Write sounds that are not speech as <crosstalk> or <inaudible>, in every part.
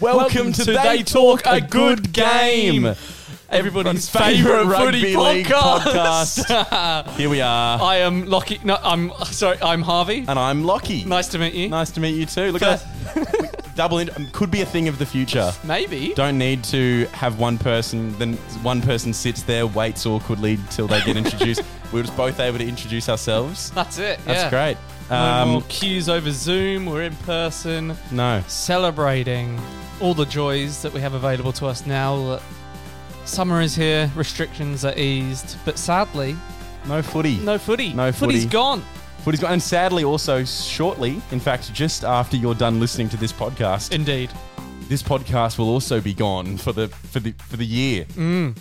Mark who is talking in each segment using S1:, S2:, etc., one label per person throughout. S1: Welcome to They Talk a Good Game, everybody's favourite footy podcast. <laughs> Here we are,
S2: <laughs> I am Lockie. No, I'm sorry. I'm Harvey.
S1: and I'm Lockie.
S2: Nice to meet you.
S1: Nice to meet you too. Look at that. Double in- um, could be a thing of the future.
S2: Maybe.
S1: Don't need to have one person. Then one person sits there, waits awkwardly till they get <laughs> introduced. We're just both able to introduce ourselves.
S2: That's it.
S1: That's
S2: yeah.
S1: great.
S2: No more
S1: Um,
S2: cues over Zoom. We're in person,
S1: no,
S2: celebrating all the joys that we have available to us now. that Summer is here. Restrictions are eased, but sadly,
S1: no footy.
S2: no footy.
S1: No
S2: Footy's
S1: footy.
S2: gone.
S1: Footy's gone. And sadly, also shortly, in fact, just after you're done listening to this podcast,
S2: Indeed.
S1: this podcast will also be gone for the for the for the year.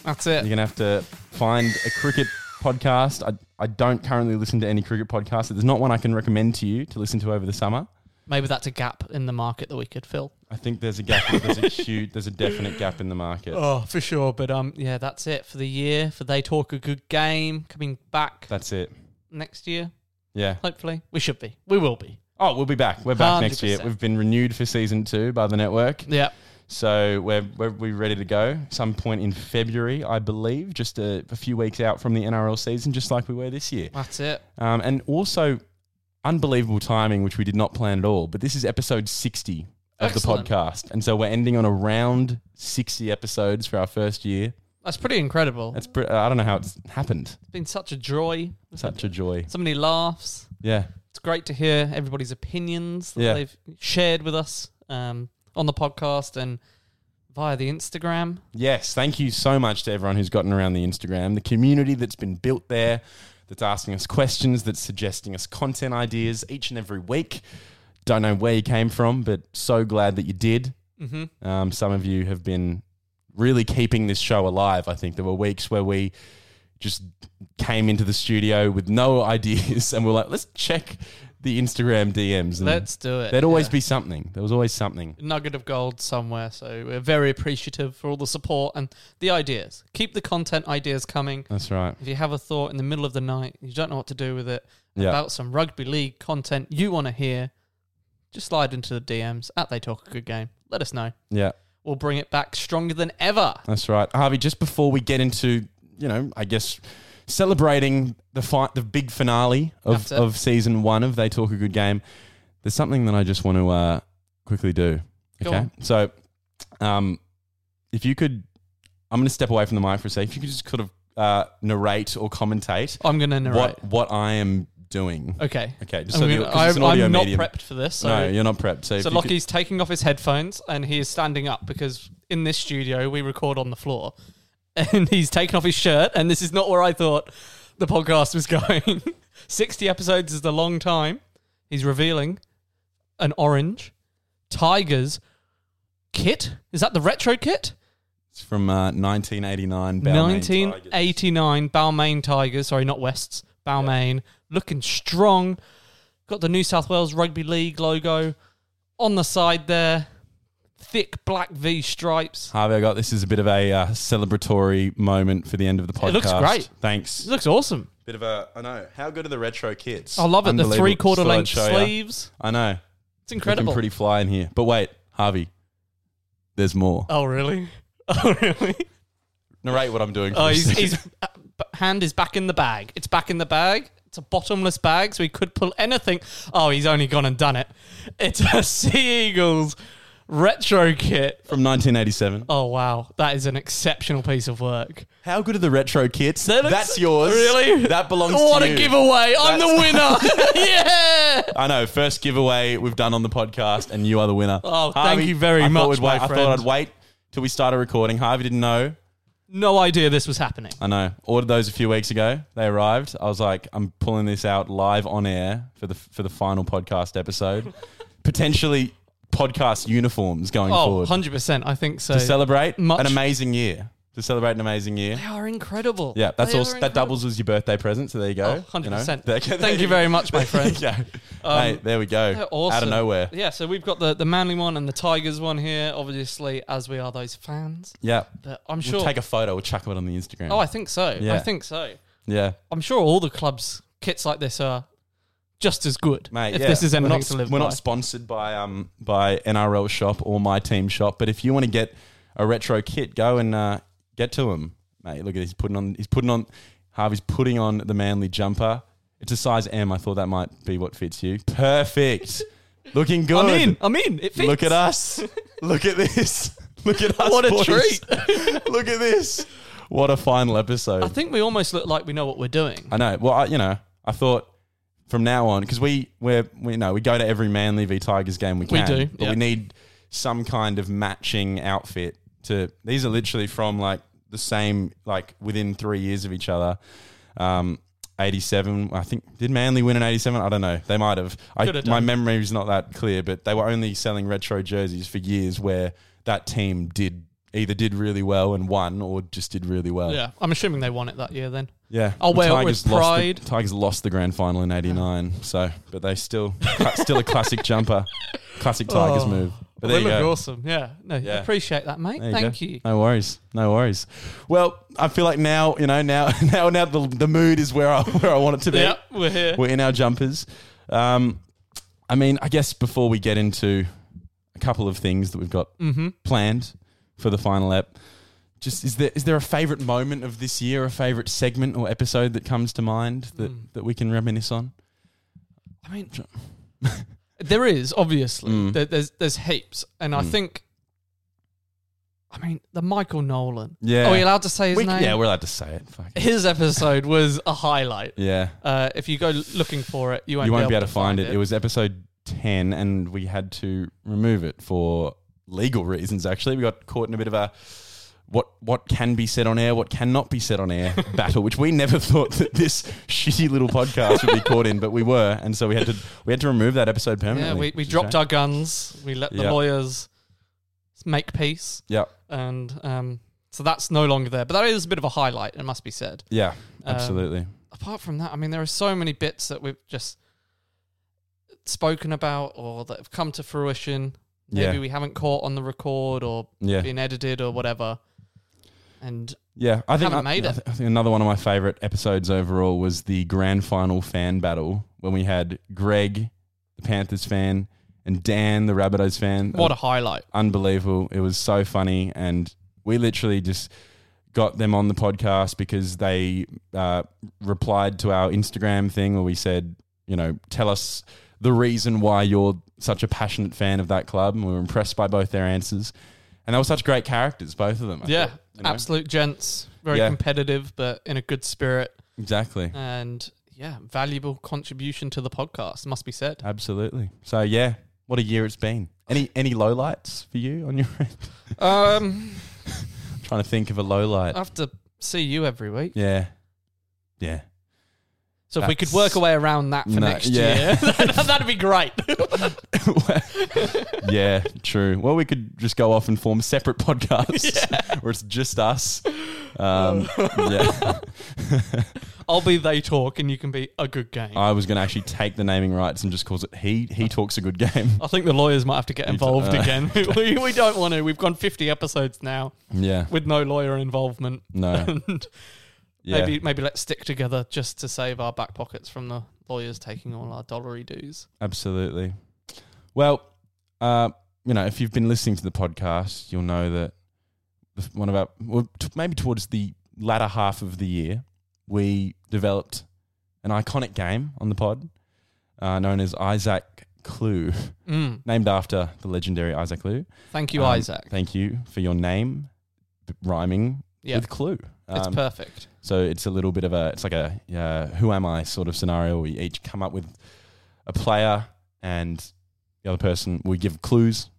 S2: That's it.
S1: You're gonna have to find a cricket podcast. I I don't currently listen to any cricket podcasts. There's not one I can recommend to you to listen to over the summer.
S2: Maybe that's a gap in the market that we could fill.
S1: I think there's a gap. There's a huge. There's a definite gap in the market.
S2: Oh, for sure. But um, yeah, that's it for the year. For they talk a good game coming back
S1: That's it.
S2: next year.
S1: Yeah.
S2: Hopefully, we should be. We will be.
S1: Oh, we'll be back. We're back next year.
S2: 100%.
S1: We've been renewed for season two by the network.
S2: Yeah.
S1: So we're, we're, we're ready to go. Some point in February, I believe, just a, a few weeks out from the NRL season, just like we were this year.
S2: That's it.
S1: Um, and also, unbelievable timing, which we did not plan at all. But this is episode 60 of
S2: Excellent.
S1: the podcast. And so we're ending on around 60 episodes for our first year.
S2: That's pretty incredible.
S1: That's pre- I don't know how it's happened.
S2: It's been such a joy.
S1: Such a joy.
S2: So many laughs.
S1: Yeah.
S2: It's great to hear everybody's opinions that
S1: Yeah.
S2: they've shared with us um, on the podcast and via the Instagram.
S1: Yes, thank you so much to everyone who's gotten around the Instagram, the community that's been built there, that's asking us questions, that's suggesting us content ideas each and every week. Don't know where you came from, but so glad that you did.
S2: Mm-hmm.
S1: Um, some of you have been really keeping this show alive. I think there were weeks where we just came into the studio with no <laughs> ideas and we're like, let's check the Instagram DMs. And
S2: Let's do it.
S1: Mm. there'd always
S2: Yeah.
S1: be something. There was always something.
S2: nugget of gold somewhere. So we're very appreciative for all the support and the ideas. Keep the content ideas coming.
S1: That's right.
S2: If you have a thought in the middle of the night, you don't know what to do with it,
S1: Yeah.
S2: about some rugby league content you want to hear, just slide into the DMs at They Talk a Good Game. Let us know.
S1: Yeah.
S2: We'll bring it back stronger than ever.
S1: That's right, Harvey. Just before we get into, you know, I guess celebrating the fight, the big finale of,
S2: That's it.
S1: of season one of They Talk a Good Game. There's something that I just want to uh, quickly do.
S2: Go
S1: okay,
S2: on.
S1: so um, if you could, I'm going to step away from the mic for a sec. If you could just sort of uh, narrate or commentate
S2: I'm going to narrate.
S1: what what I am doing.
S2: Okay.
S1: Okay, just
S2: I'm,
S1: so the-
S2: gonna,
S1: 'cause it's an
S2: I'm-
S1: audio
S2: I'm not
S1: medium.
S2: prepped for this. So,
S1: no, you're not prepped. So,
S2: so
S1: if you could-
S2: Lockie's taking off his headphones and he is standing up because in this studio we record on the floor. <laughs> And he's taken off his shirt, and this is not where I thought the podcast was <laughs> going. 60 episodes is a long time. He's revealing an orange Tigers kit. Is that the retro kit?
S1: it's from uh, 1989. Balmain Tigers.
S2: 1989 Balmain Tigers. Sorry, not Wests. Balmain looking strong. Got the New South Wales Rugby League logo on the side there. Thick black V stripes.
S1: Harvey, I got this is a bit of a uh, celebratory moment for the end of the podcast.
S2: It looks great.
S1: Thanks.
S2: It looks awesome.
S1: Bit of a, I know. How good are the retro kits?
S2: I love it. The
S1: Unbelievable.
S2: three quarter
S1: Just thought I'd
S2: length
S1: show ya.
S2: sleeves.
S1: I know.
S2: It's incredible.
S1: Looking pretty fly in here. But wait, Harvey, there's more.
S2: oh really? <laughs> Oh really?
S1: Narrate what I'm doing. for
S2: Oh,
S1: a <laughs>
S2: he's,
S1: second.
S2: he's uh, b- hand is back in the bag. It's back in the bag. It's a bottomless bag, so he could pull anything. Oh, he's only gone and done it. It's a <laughs> Sea Eagles retro kit.
S1: from 1987.
S2: Oh wow, that is an exceptional piece of work.
S1: How good are the retro kits?
S2: That looks-
S1: That's yours.
S2: Really?
S1: That belongs
S2: what
S1: to you.
S2: a giveaway!
S1: <laughs>
S2: I'm the winner. yeah.
S1: I know. First giveaway we've done on the podcast, and you are the winner.
S2: Oh, thank you very
S1: I thought
S2: much,
S1: we'd
S2: my
S1: wait- I
S2: friend.
S1: thought I'd wait till we started recording. Harvey didn't know.
S2: No idea this was happening.
S1: I know. Ordered those a few weeks ago. They arrived. I was like, I'm
S2: <laughs>
S1: pulling this out live on air for the for the final podcast episode. Potentially podcast uniforms going
S2: Oh,
S1: forward
S2: 100%. I think so.
S1: to celebrate
S2: much-
S1: an amazing year. To celebrate an amazing year.
S2: They are incredible.
S1: Yeah, that's
S2: They
S1: all.
S2: are
S1: That doubles as your birthday present. So there you go.
S2: Oh,
S1: you know. <laughs>
S2: 100%.
S1: There- there
S2: Thank you
S1: <laughs>
S2: very much, my friend. Um,
S1: There you go. Mate, there we go.
S2: They're awesome.
S1: Out of nowhere.
S2: Yeah, so we've got the, the Manly one and the Tigers one here, obviously, as we are those fans.
S1: Yeah.
S2: But I'm
S1: We'll
S2: sure.
S1: take a photo. We'll chuck it on the Instagram.
S2: oh, I think so. I
S1: Yeah.
S2: think so.
S1: yeah.
S2: I'm sure all the clubs' kits like this are just as good.
S1: Mate,
S2: if
S1: yeah.
S2: this is
S1: we're
S2: anything
S1: not,
S2: to live
S1: we're
S2: by.
S1: not sponsored by um by NRL Shop or My Team Shop, but if you want to get a retro kit, go and uh, get to him, mate. Look at he's putting on he's putting on Harvey's putting on the manly jumper. It's a size M. I thought that might be what fits you.
S2: <laughs>
S1: Perfect. Looking good.
S2: I'm in. I'm in. It fits.
S1: Look at
S2: <laughs>
S1: us. Look at this. <laughs> Look at us.
S2: What a
S1: boys. <laughs>
S2: treat.
S1: Look at this. What a final episode.
S2: I think we almost look like we know what we're doing.
S1: I know. Well, I, you know, I thought from now on because we we're, we you know we go to every Manly v Tigers game we
S2: We
S1: can.
S2: do,
S1: but
S2: yeah.
S1: we need some kind of matching outfit. To these are literally from like the same like within three years of each other. Um, 87, I think. Did Manly win in 87? I don't know. They might have. I,
S2: Could have done.
S1: my memory is not that clear, but they were only selling retro jerseys for years where that team did either did really well and won or just did really well.
S2: Yeah, I'm assuming they won it that year then.
S1: Yeah.
S2: I'll
S1: The
S2: wear it Oh, with
S1: Tigers lost the-
S2: pride.
S1: Tigers lost the grand final in 89, so but they still cla- still a classic jumper. Classic Tigers
S2: Oh.
S1: move. But
S2: Well,
S1: there
S2: they
S1: you
S2: look
S1: go.
S2: awesome. Yeah, no,
S1: Yeah.
S2: appreciate that, mate.
S1: There
S2: Thank
S1: go.
S2: you.
S1: No worries. No worries. Well, I feel like now, you know, now <laughs> now now the, the mood is where I <laughs> where I want it to be.
S2: Yeah, we're here.
S1: We're in our jumpers. Um I mean, I guess before we get into a couple of things that we've got
S2: Mm-hmm.
S1: planned for the final app, just is there is there a favorite moment of this year, a favorite segment or episode that comes to mind that, that we can reminisce on?
S2: Hmm. I mean, there is obviously
S1: Mm.
S2: there, there's there's heaps, and I think, I mean, the Michael Nolan.
S1: Yeah.
S2: are we allowed to say his
S1: We-
S2: name?
S1: yeah, we're allowed to say it. Fuck
S2: <laughs>
S1: it.
S2: his episode was a highlight.
S1: Yeah.
S2: Uh, if you go looking for it, you won't,
S1: you won't be able to find it. It was episode 10, and we had to remove it for legal reasons, actually. We got caught in a bit of a what what can be said on air, what cannot be said on air battle, which we never <laughs> thought that this shitty little podcast would be caught in, but we were. And so we had to we had to remove that episode
S2: yeah,
S1: permanently.
S2: we, we dropped our guns. We let the
S1: Yeah.
S2: lawyers make peace,
S1: Yeah,
S2: and um, so that's no longer there. But that is a bit of a highlight. It must be said.
S1: yeah, absolutely.
S2: apart from that, I mean, there are so many bits that we've just spoken about or that have come to fruition. Maybe
S1: Yeah.
S2: we haven't caught on the record or
S1: Yeah.
S2: been edited or whatever. And
S1: Yeah, I think
S2: Haven't
S1: I,
S2: made
S1: I
S2: it.
S1: thi- I think another one of my favorite episodes overall was the grand final fan battle when we had Greg, the Panthers fan, and Dan, the Rabbitohs fan.
S2: what a highlight!
S1: unbelievable! It was so funny, and we literally just got them on the podcast because they uh, replied to our Instagram thing where we said, you know, tell us the reason why you're such a passionate fan of that club, and we were impressed by both their answers. And they were such great characters, both of them. I
S2: yeah,
S1: thought, you know?
S2: absolute gents, very
S1: Yeah.
S2: competitive, but in a good spirit,
S1: Exactly.
S2: and yeah, valuable contribution to the podcast must be said.
S1: Absolutely. So yeah, what a year it's been. Any any lowlights for you on your end? <laughs>
S2: Um,
S1: Trying to think of a low light.
S2: I have to see you every week,
S1: yeah. Yeah.
S2: so if we could
S1: That's-
S2: work a way around that for
S1: No,
S2: next
S1: yeah. <laughs>
S2: year, <laughs> that'd be great.
S1: yeah, <laughs> true. Well, we could just go off and form separate podcasts <laughs> where it's just us. Um, yeah.
S2: I'll be they talk, and you can be a good game.
S1: I was going to actually take the naming rights and just calls it he he talks a good game.
S2: I think the lawyers might have to get involved
S1: uh,
S2: again. <laughs> we, we don't want to. We've gone 50 episodes now
S1: Yeah.
S2: with no lawyer involvement. <laughs>
S1: No.
S2: And
S1: Yeah.
S2: maybe maybe let's stick together just to save our back pockets from the lawyers taking all our dollary dues.
S1: Absolutely. Well, uh, you know, if you've been listening to the podcast, you'll know that the- one of our, well, t- maybe towards the latter half of the year, we developed an iconic game on the pod uh, known as Isaac Clue, <laughs>
S2: Mm.
S1: named after the legendary Isaac Clue.
S2: Thank you,
S1: Um,
S2: Isaac.
S1: Thank you for your name b- rhyming
S2: Yeah,
S1: with Clue.
S2: it's
S1: Um,
S2: perfect.
S1: so it's a little bit of a it's like a uh, who am I sort of scenario. We each come up with a player, and the other person we give clues.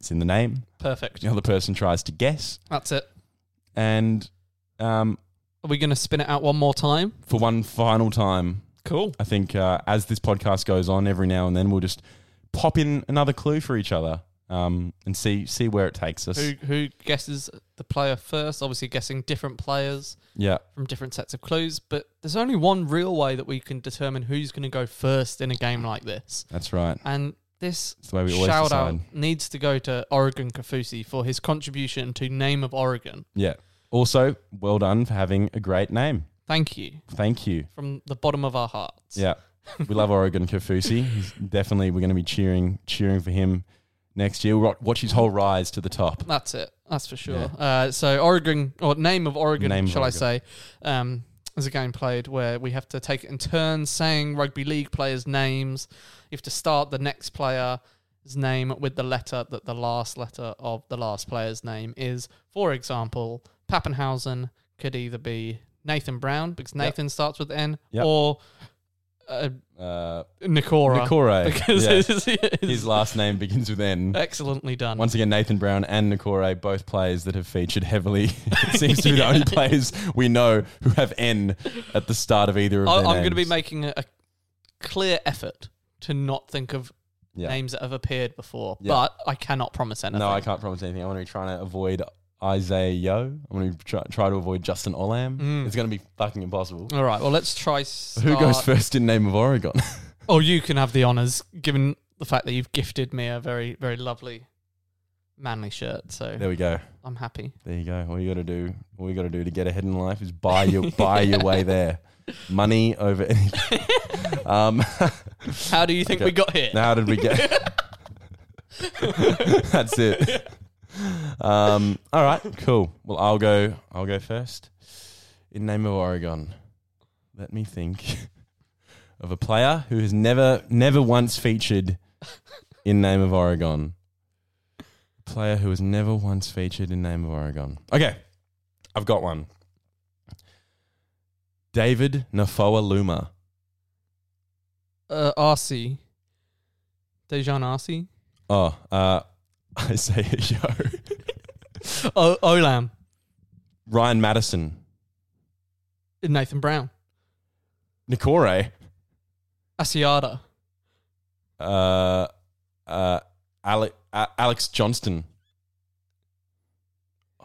S1: It's in the name.
S2: Perfect.
S1: The other person tries to guess,
S2: That's it.
S1: and um,
S2: Are we going to spin it out one more time?
S1: for one final time,
S2: Cool.
S1: I think uh, as this podcast goes on, every now and then we'll just pop in another clue for each other. um, and see see where it takes us.
S2: Who who guesses the player first? Obviously, guessing different players
S1: Yeah,
S2: from different sets of clues. But there's only one real way that we can determine who's going to go first in a game like this.
S1: that's right.
S2: And this
S1: It's the way we always
S2: shout
S1: decide.
S2: out needs to go to Oregon Kafusi for his contribution to Name of Oregon.
S1: Yeah. Also, well done for having a great name.
S2: Thank you
S1: Thank you.
S2: from the bottom of our hearts.
S1: Yeah, we love Oregon Kafusi. He's definitely, we're going to be cheering cheering for him next year. We'll wa- watch his whole rise to the top.
S2: That's it. That's for sure. Uh, so Oregon, or name of Oregon,
S1: Name of
S2: shall
S1: Oregon.
S2: I say, um, is a game played where we have to take it in turns saying rugby league players' names. You have to start the next player's name with the letter that the last letter of the last player's name is. For example, Pappenhausen could either be Nathan Brown because Nathan starts with N,
S1: Yep.
S2: or uh,
S1: Uh,
S2: Nikora. <laughs>
S1: Nikore.
S2: Because
S1: Yeah.
S2: his,
S1: <laughs> His last name begins with N.
S2: excellently done.
S1: Once again, Nathan Brown and Nakore, both players that have featured heavily. <laughs> it seems to be
S2: <laughs>
S1: the only players we know who have N at the start of either of
S2: I,
S1: their
S2: I'm going to be
S1: names.
S2: making a, a clear effort to not think of
S1: Yeah.
S2: names that have appeared before,
S1: Yeah.
S2: but I cannot promise anything.
S1: No, I can't promise anything. I want to be trying to avoid Isaiah Yo. I want to try, try to avoid Justin Olam.
S2: Mm.
S1: It's going to be fucking impossible.
S2: All right, well, let's try.
S1: Who
S2: Mm. Start.
S1: goes first in name of Oregon? <laughs>
S2: Oh, you can have the honors, given the fact that you've gifted me a very, very lovely, manly shirt. So
S1: there we go.
S2: I'm happy.
S1: There you go. All you got to do, all you got to do to get ahead in life is buy your buy your way there. Money over anything. um,
S2: How do you think
S1: Okay.
S2: we got here?
S1: How did we get? <laughs> That's it. Um, all right, cool. Well, I'll go. I'll go first. In name of Oregon, let me think <laughs> of a player who has never, never once featured in name of Oregon. A player who has never once featured in name of Oregon. Okay, I've got one. David Nafoa Luma.
S2: Uh, RC, Dejan RC,
S1: Oh, uh, <laughs> I say yo.
S2: o- Olam,
S1: Ryan Madison,
S2: Nathan Brown,
S1: Nikore,
S2: Asiata,
S1: uh, uh, Ale- A- Alex Johnston,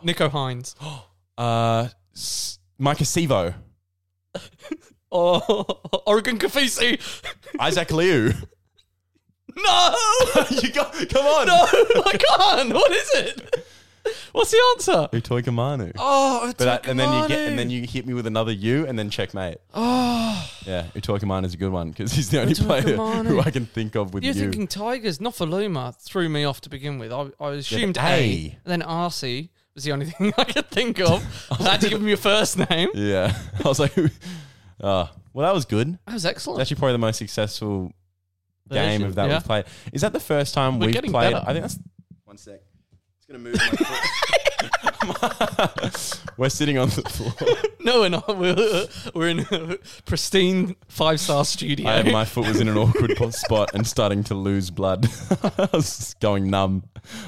S2: Nico Hines. <gasps>
S1: uh, S- Micah Sevo,
S2: Oh, <laughs> Oregon Kafisi.
S1: <laughs> Isaac Liu.
S2: <laughs> No.
S1: <laughs> you go, come on.
S2: <laughs> No, I can't. What is it? What's the answer?
S1: Utoy Kamanu.
S2: Oh,
S1: But that, and then you get, and then you hit me with another U, and then checkmate.
S2: Oh,
S1: Yeah, Utoy Kamanu is a good one because he's the only
S2: Utoy
S1: player <laughs>
S2: Kamanu.
S1: who I can think of with
S2: you're
S1: you.
S2: thinking Tigers, not Faluma. Threw me off to begin with. I, I assumed
S1: A.
S2: A. Then RC was the only <laughs> thing I could think of. I had to give him your first name.
S1: yeah, <laughs> I was like, who- oh, well, that was good.
S2: That was excellent.
S1: It's actually probably the most successful game
S2: Version,
S1: of that
S2: yeah.
S1: we've played. Is that the first time
S2: We're
S1: we've
S2: getting
S1: played?
S2: better.
S1: I think that's. One sec. It's gonna move. My foot. <laughs> We're sitting on the floor.
S2: <laughs> no, we're not. We're, we're in a pristine five star studio.
S1: I, my foot was in an awkward po- spot and starting to lose blood. <laughs> I was just going numb.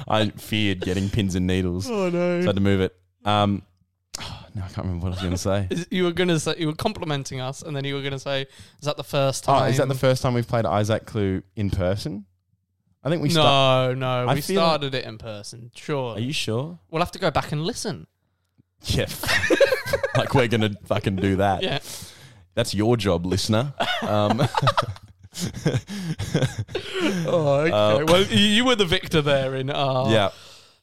S1: I feared getting pins and needles, so
S2: oh
S1: I
S2: no!
S1: had to move it. Um, <sighs> no, I can't remember what I was going to say.
S2: Is- You were gonna say you were complimenting us, and then you were gonna say, "Is that the first time?"
S1: Oh, is that the first time we've played Isaac Clue in person? I think we.
S2: no,
S1: start-
S2: no.
S1: I
S2: we
S1: feel like-
S2: started it in person. Sure.
S1: Are you sure?
S2: We'll have to go back and listen.
S1: Yeah. <laughs> like we're gonna fucking do that.
S2: Yeah.
S1: That's your job, listener. Um,
S2: <laughs> Oh, okay.
S1: Uh,
S2: well, you- you were the victor there in our
S1: yeah.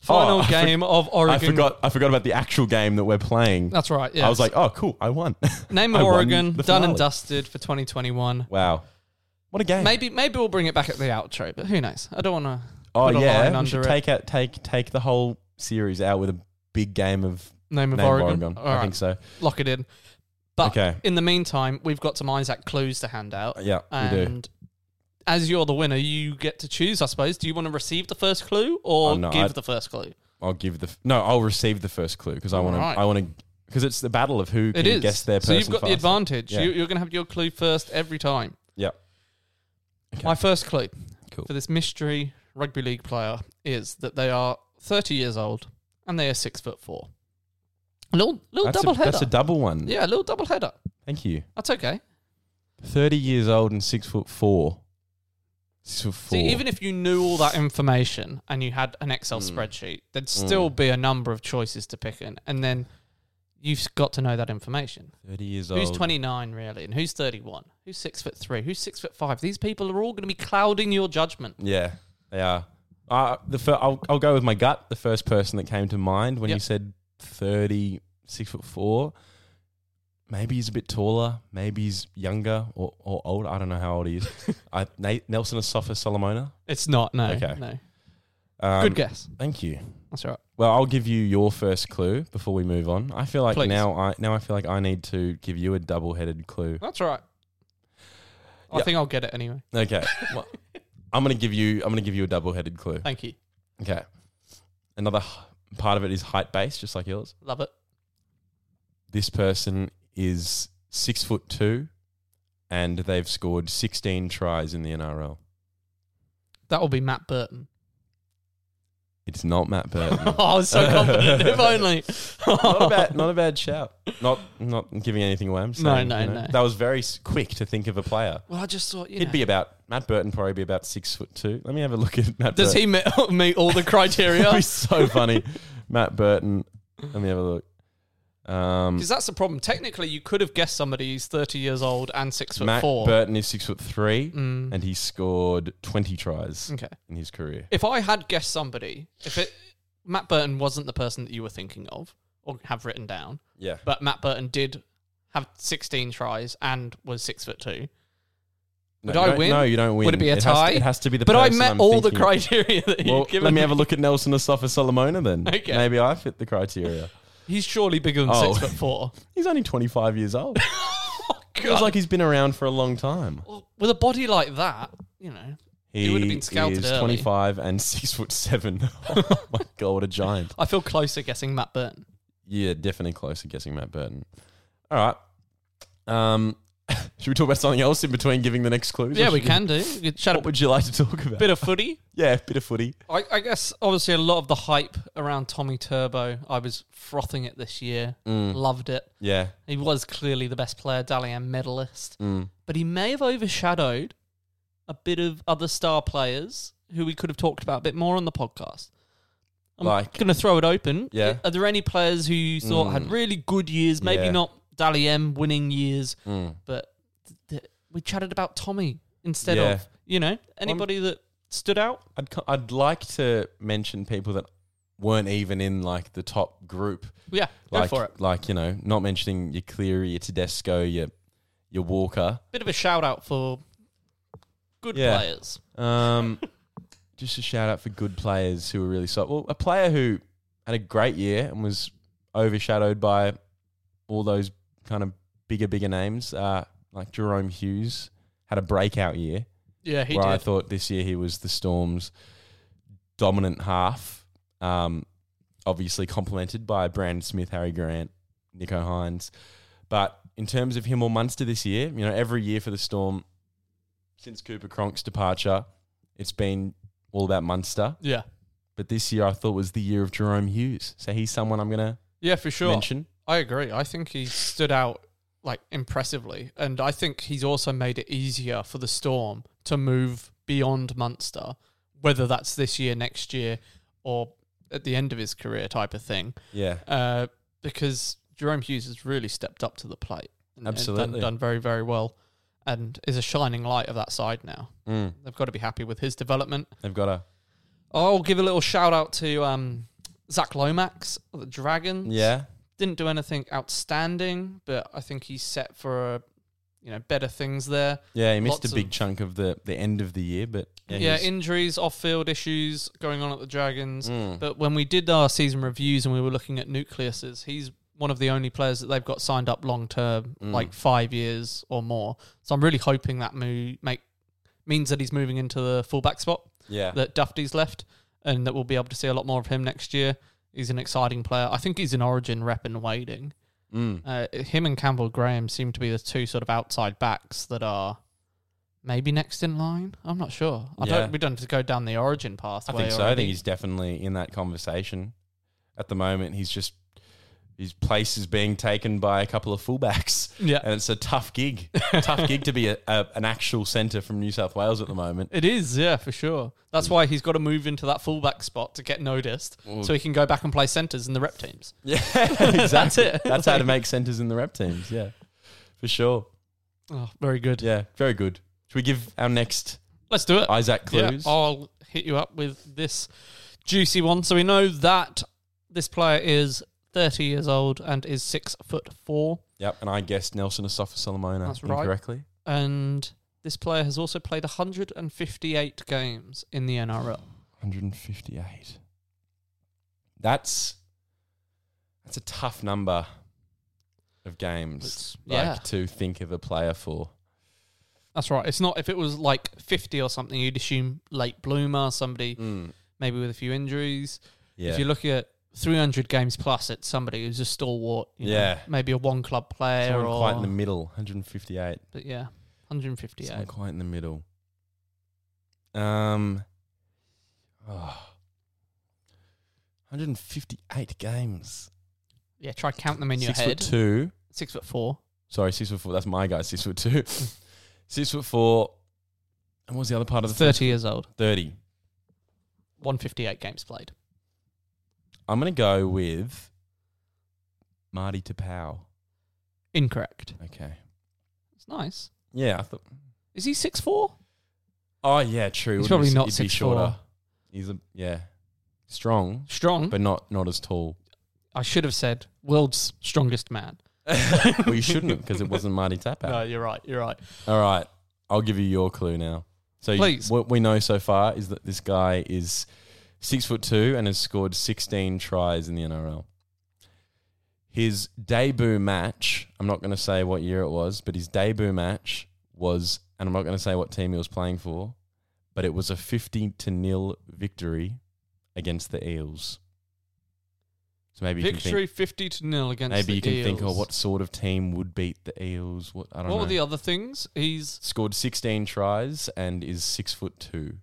S2: final
S1: Oh, I for-
S2: game of Oregon.
S1: I forgot. I forgot about the actual game that we're playing.
S2: That's right. Yeah.
S1: I was like, oh, cool, I won. <laughs>
S2: name
S1: I
S2: of
S1: won
S2: Oregon,
S1: the
S2: done
S1: finale.
S2: and dusted for 2021.
S1: Wow, what a game!
S2: Maybe, maybe we'll bring it back at the outro, but who knows? I don't want to.
S1: oh
S2: put a line
S1: yeah, we
S2: under
S1: should
S2: it.
S1: take out, take take the whole series out with a big game of
S2: Name of
S1: Name
S2: Oregon.
S1: Oregon.
S2: All
S1: I
S2: right,
S1: think so.
S2: lock it in. But
S1: Okay.
S2: in the meantime, we've got some Isaac clues to hand out,
S1: Yeah, we do.
S2: and as you're the winner, you get to choose. I suppose. Do you want to receive the first clue or
S1: Oh, no,
S2: give
S1: I-
S2: the first clue?
S1: I'll give the f- no. I'll receive the first clue because I want
S2: Alright.
S1: to. I want to because it's the battle of who
S2: It
S1: can
S2: is.
S1: guess their
S2: so
S1: person.
S2: you've got the
S1: faster.
S2: advantage.
S1: Yeah.
S2: You, you're going to have your clue first every time.
S1: Yeah. Okay.
S2: My first clue
S1: Cool.
S2: for this mystery rugby league player is that they are 30 years old and they are six foot four. A little, little
S1: That's a,
S2: double header.
S1: that's a double one.
S2: yeah, a little double header.
S1: Thank you.
S2: That's okay.
S1: Thirty years old and six foot four. So
S2: See,
S1: four. Hmm.
S2: even if you knew all that information and you had an Excel spreadsheet, there'd still be a number of choices to pick in, and then you've got to know that information.
S1: 30 years
S2: Who's
S1: old.
S2: twenty nine really, and who's thirty one? Who's six foot three? Who's six foot five? These people are all going to be clouding your judgment.
S1: Yeah, they are. Uh, the fir- I'll, I'll go with my gut. The first person that came to mind when you
S2: Yep.
S1: said 30, six foot four. Maybe he's a bit taller. Maybe he's younger or, or older. I don't know how old
S2: <laughs>
S1: he is. I, Na- Nelson Asafa Solomona.
S2: It's not no,
S1: Okay.
S2: no.
S1: Um,
S2: Good guess.
S1: Thank you.
S2: That's all right.
S1: Well, I'll give you your first clue before we move on. I feel like
S2: Please.
S1: now I now I feel like I need to give you a double-headed clue.
S2: That's all right. I
S1: Yeah.
S2: think I'll get it anyway.
S1: Okay. well, I'm going to give you I'm going to give you a double-headed clue.
S2: Thank you.
S1: Okay. Another h- part of it is height-based just like yours.
S2: Love it.
S1: this person is six foot two and they've scored 16 tries in the NRL.
S2: That will be Matt
S1: <laughs>
S2: Burton. <laughs>
S1: It's not Matt Burton.
S2: Oh, I was so confident. if only.
S1: not, a bad, not a bad shout. Not not giving anything away. I'm
S2: No,
S1: saying,
S2: no, no.
S1: That was very s- quick to think of a player.
S2: <laughs> well, I just thought you
S1: He'd
S2: know.
S1: be about, Matt Burton probably be about six foot two. Let me have a look at Matt
S2: Does
S1: Burton.
S2: he meet, <laughs> meet all the
S1: <laughs>
S2: criteria?
S1: That'd be so
S2: <laughs>
S1: funny. Matt Burton. Let me have a look. Um,
S2: Because that's the problem. Technically, you could have guessed somebody who's 30 years old and six foot
S1: Matt
S2: four.
S1: Burton is six foot three
S2: Mm.
S1: and he scored 20 tries
S2: Okay.
S1: in his career.
S2: If I had guessed somebody, if it Matt Burton wasn't the person that you were thinking of or have written down,
S1: Yeah.
S2: but Matt Burton did have 16 tries and was six foot two. Would
S1: you
S2: I
S1: don't-
S2: win?
S1: No, you don't win.
S2: Would it be a
S1: has to-
S2: tie?
S1: it has to be the.
S2: But I
S1: person
S2: met
S1: I'm
S2: all the
S1: thinking of.
S2: criteria
S1: <laughs>
S2: that
S1: Well,
S2: you've given.
S1: let me
S2: me.
S1: have a look at Nelson Asafa Solomona then.
S2: <laughs> Okay.
S1: Maybe I fit the criteria.
S2: He's surely bigger than
S1: Oh.
S2: six
S1: <laughs>
S2: foot four.
S1: He's only 25 years old.
S2: <laughs> Oh,
S1: Feels
S2: God.
S1: like he's been around for a long time.
S2: Well, with a body like that, you know,
S1: He,
S2: would have been scouted
S1: is
S2: early.
S1: 25 and <laughs> six foot seven. <laughs> oh my god, what a giant!
S2: I feel closer guessing Matt Burton.
S1: Yeah, definitely closer guessing Matt Burton. All right. Um, <laughs> should we talk about something else in between giving the next clues?
S2: Yeah,
S1: Or
S2: we
S1: should
S2: can do. We could chat
S1: What
S2: a
S1: would you like to talk about?
S2: bit of footy.
S1: yeah, bit of footy.
S2: I, I guess obviously a lot of the hype around Tommy Turbo. I was frothing it this year.
S1: Mm.
S2: Loved it.
S1: Yeah.
S2: He was clearly the best player, Dalian medalist. But he may have overshadowed a bit of other star players who we could have talked about a bit more on the podcast. I'm
S1: Like-
S2: going to throw it open.
S1: Yeah. Mm.
S2: Are there any players who you thought had really good years? Maybe
S1: Yeah.
S2: not Dali M winning years,
S1: Mm.
S2: but th- th- we chatted about Tommy instead
S1: Yeah.
S2: of, you know, anybody that stood out?
S1: I'd co- I'd like to mention people that weren't even in like the top group.
S2: Yeah, go
S1: Like,
S2: for it.
S1: Like you know, not mentioning your Cleary, your Tedesco, your your Walker.
S2: bit of a shout out for good
S1: Yeah.
S2: players. <laughs>
S1: Um, just a shout out for good players who were really solid. Well, a player who had a great year and was overshadowed by all those kind of bigger bigger names, uh, like Jerome Hughes had a breakout year.
S2: Yeah, he
S1: where I
S2: did.
S1: thought this year he was the Storm's dominant half. Um, obviously complemented by Brandon Smith, Harry Grant, Nico Hines. But in terms of him or Munster this year, you know, every year for the Storm since Cooper Cronk's departure, it's been all about Munster.
S2: yeah,
S1: But this year I thought was the year of Jerome Hughes. So he's someone I'm going to
S2: yeah, for sure.
S1: mention.
S2: I agree. I think he stood out like impressively, and I think he's also made it easier for the Storm to move beyond Munster, whether that's this year, next year, or at the end of his career type of thing.
S1: Yeah.
S2: Uh, because Jerome Hughes has really stepped up to the plate. and- and done-
S1: Absolutely.
S2: done very, very well, and is a shining light of that side now.
S1: Mm.
S2: They've got to be happy with his development.
S1: They've got a.
S2: I'll give a little shout out to um, Zach Lomax of the Dragons.
S1: Yeah.
S2: Didn't do anything outstanding, but I think he's set for uh, you know better things there.
S1: Yeah. He missed
S2: Lots
S1: a big
S2: of-
S1: chunk of the, the end of the year, but. Yeah.
S2: Yeah,
S1: he's-
S2: injuries, off-field issues going on at the Dragons.
S1: Mm.
S2: But when we did our season reviews and we were looking at nucleuses, he's one of the only players that they've got signed up long term, like five years or more. So I'm really hoping that move make means that he's moving into the fullback spot.
S1: yeah.
S2: that Dufty's left and that we'll be able to see a lot more of him next year. He's an exciting player. I think he's an origin rep and waiting.
S1: Mm.
S2: Uh, him and Campbell Graham seem to be the two sort of outside backs that are maybe next in line. I'm not sure. I
S1: Yeah.
S2: don't, we don't have to go down the origin pathway.
S1: I think so. I
S2: already.
S1: think he's definitely in that conversation. At the moment, he's just his place is being taken by a couple of fullbacks.
S2: Yeah.
S1: and it's a tough
S2: <laughs>
S1: gig, tough gig to be a, a, an actual centre from New South Wales at the moment.
S2: It is, yeah, for sure. That's
S1: Mm.
S2: why he's got to move into that fullback spot to get noticed, so he can go back and play centres in the rep teams.
S1: Yeah, <laughs> exactly.
S2: <laughs> That's it.
S1: That's how to make centres in the rep teams. Yeah, for sure.
S2: Oh, very good.
S1: Yeah, very good. Should we give our next
S2: Let's do it.
S1: Isaac clues?
S2: Yeah, Oh. I'll hit you up with this juicy one. So we know that this player is 30 years old and is six foot four,
S1: Yep, and I guessed Nelson Asafa Solomona
S2: That's right.
S1: incorrectly.
S2: and this player has also played 158 games in the NRL.
S1: 158. That's that's a tough number of games
S2: It's-
S1: like,
S2: yeah.
S1: to think of a player for.
S2: That's right. It's not if it was like 50 or something, you'd assume late bloomer, somebody maybe with a few injuries.
S1: Yeah.
S2: Mm. If you look at 300 games plus, it's somebody who's a stalwart. You know,
S1: Yeah.
S2: maybe a one club player
S1: Someone
S2: or
S1: quite in the middle, 158.
S2: but yeah, 158.
S1: Someone quite in the middle. Um oh, 158 games.
S2: Yeah, try count them in your
S1: Six
S2: head.
S1: foot two.
S2: Six foot four.
S1: Sorry, six foot four. That's my guy, six foot two. <laughs> six foot four. And what was the other part of the
S2: Thirty years old.
S1: 30.
S2: One fifty eight games played.
S1: I'm going to go with Marty Tapau.
S2: Incorrect.
S1: Okay.
S2: It's nice.
S1: Yeah, I thought.
S2: Is he six four?
S1: Oh yeah, true. Wouldn't
S2: He's probably
S1: he-
S2: not
S1: he'd be
S2: 6'4".
S1: He's a yeah, strong,
S2: Strong.
S1: but not not as tall.
S2: I should have said world's strongest man.
S1: well, you shouldn't because it wasn't Marty Tapau.
S2: No, you're right. You're right.
S1: All right, I'll give you your clue now. So you-
S2: Please.
S1: what we know so far is that this guy is six foot two and has scored 16 tries in the NRL. His debut match, I'm not going to say what year it was, but his debut match was, and I'm not going to say what team he was playing for, but it was a 50 to nil victory against the Eels. So maybe you can
S2: Victory
S1: think,
S2: fifty to nil against.
S1: maybe
S2: the
S1: you can think, oh,
S2: Eels.
S1: what sort of team would beat the Eels? What I don't
S2: What
S1: know
S2: were the other things? He's
S1: scored 16 tries and is six foot two.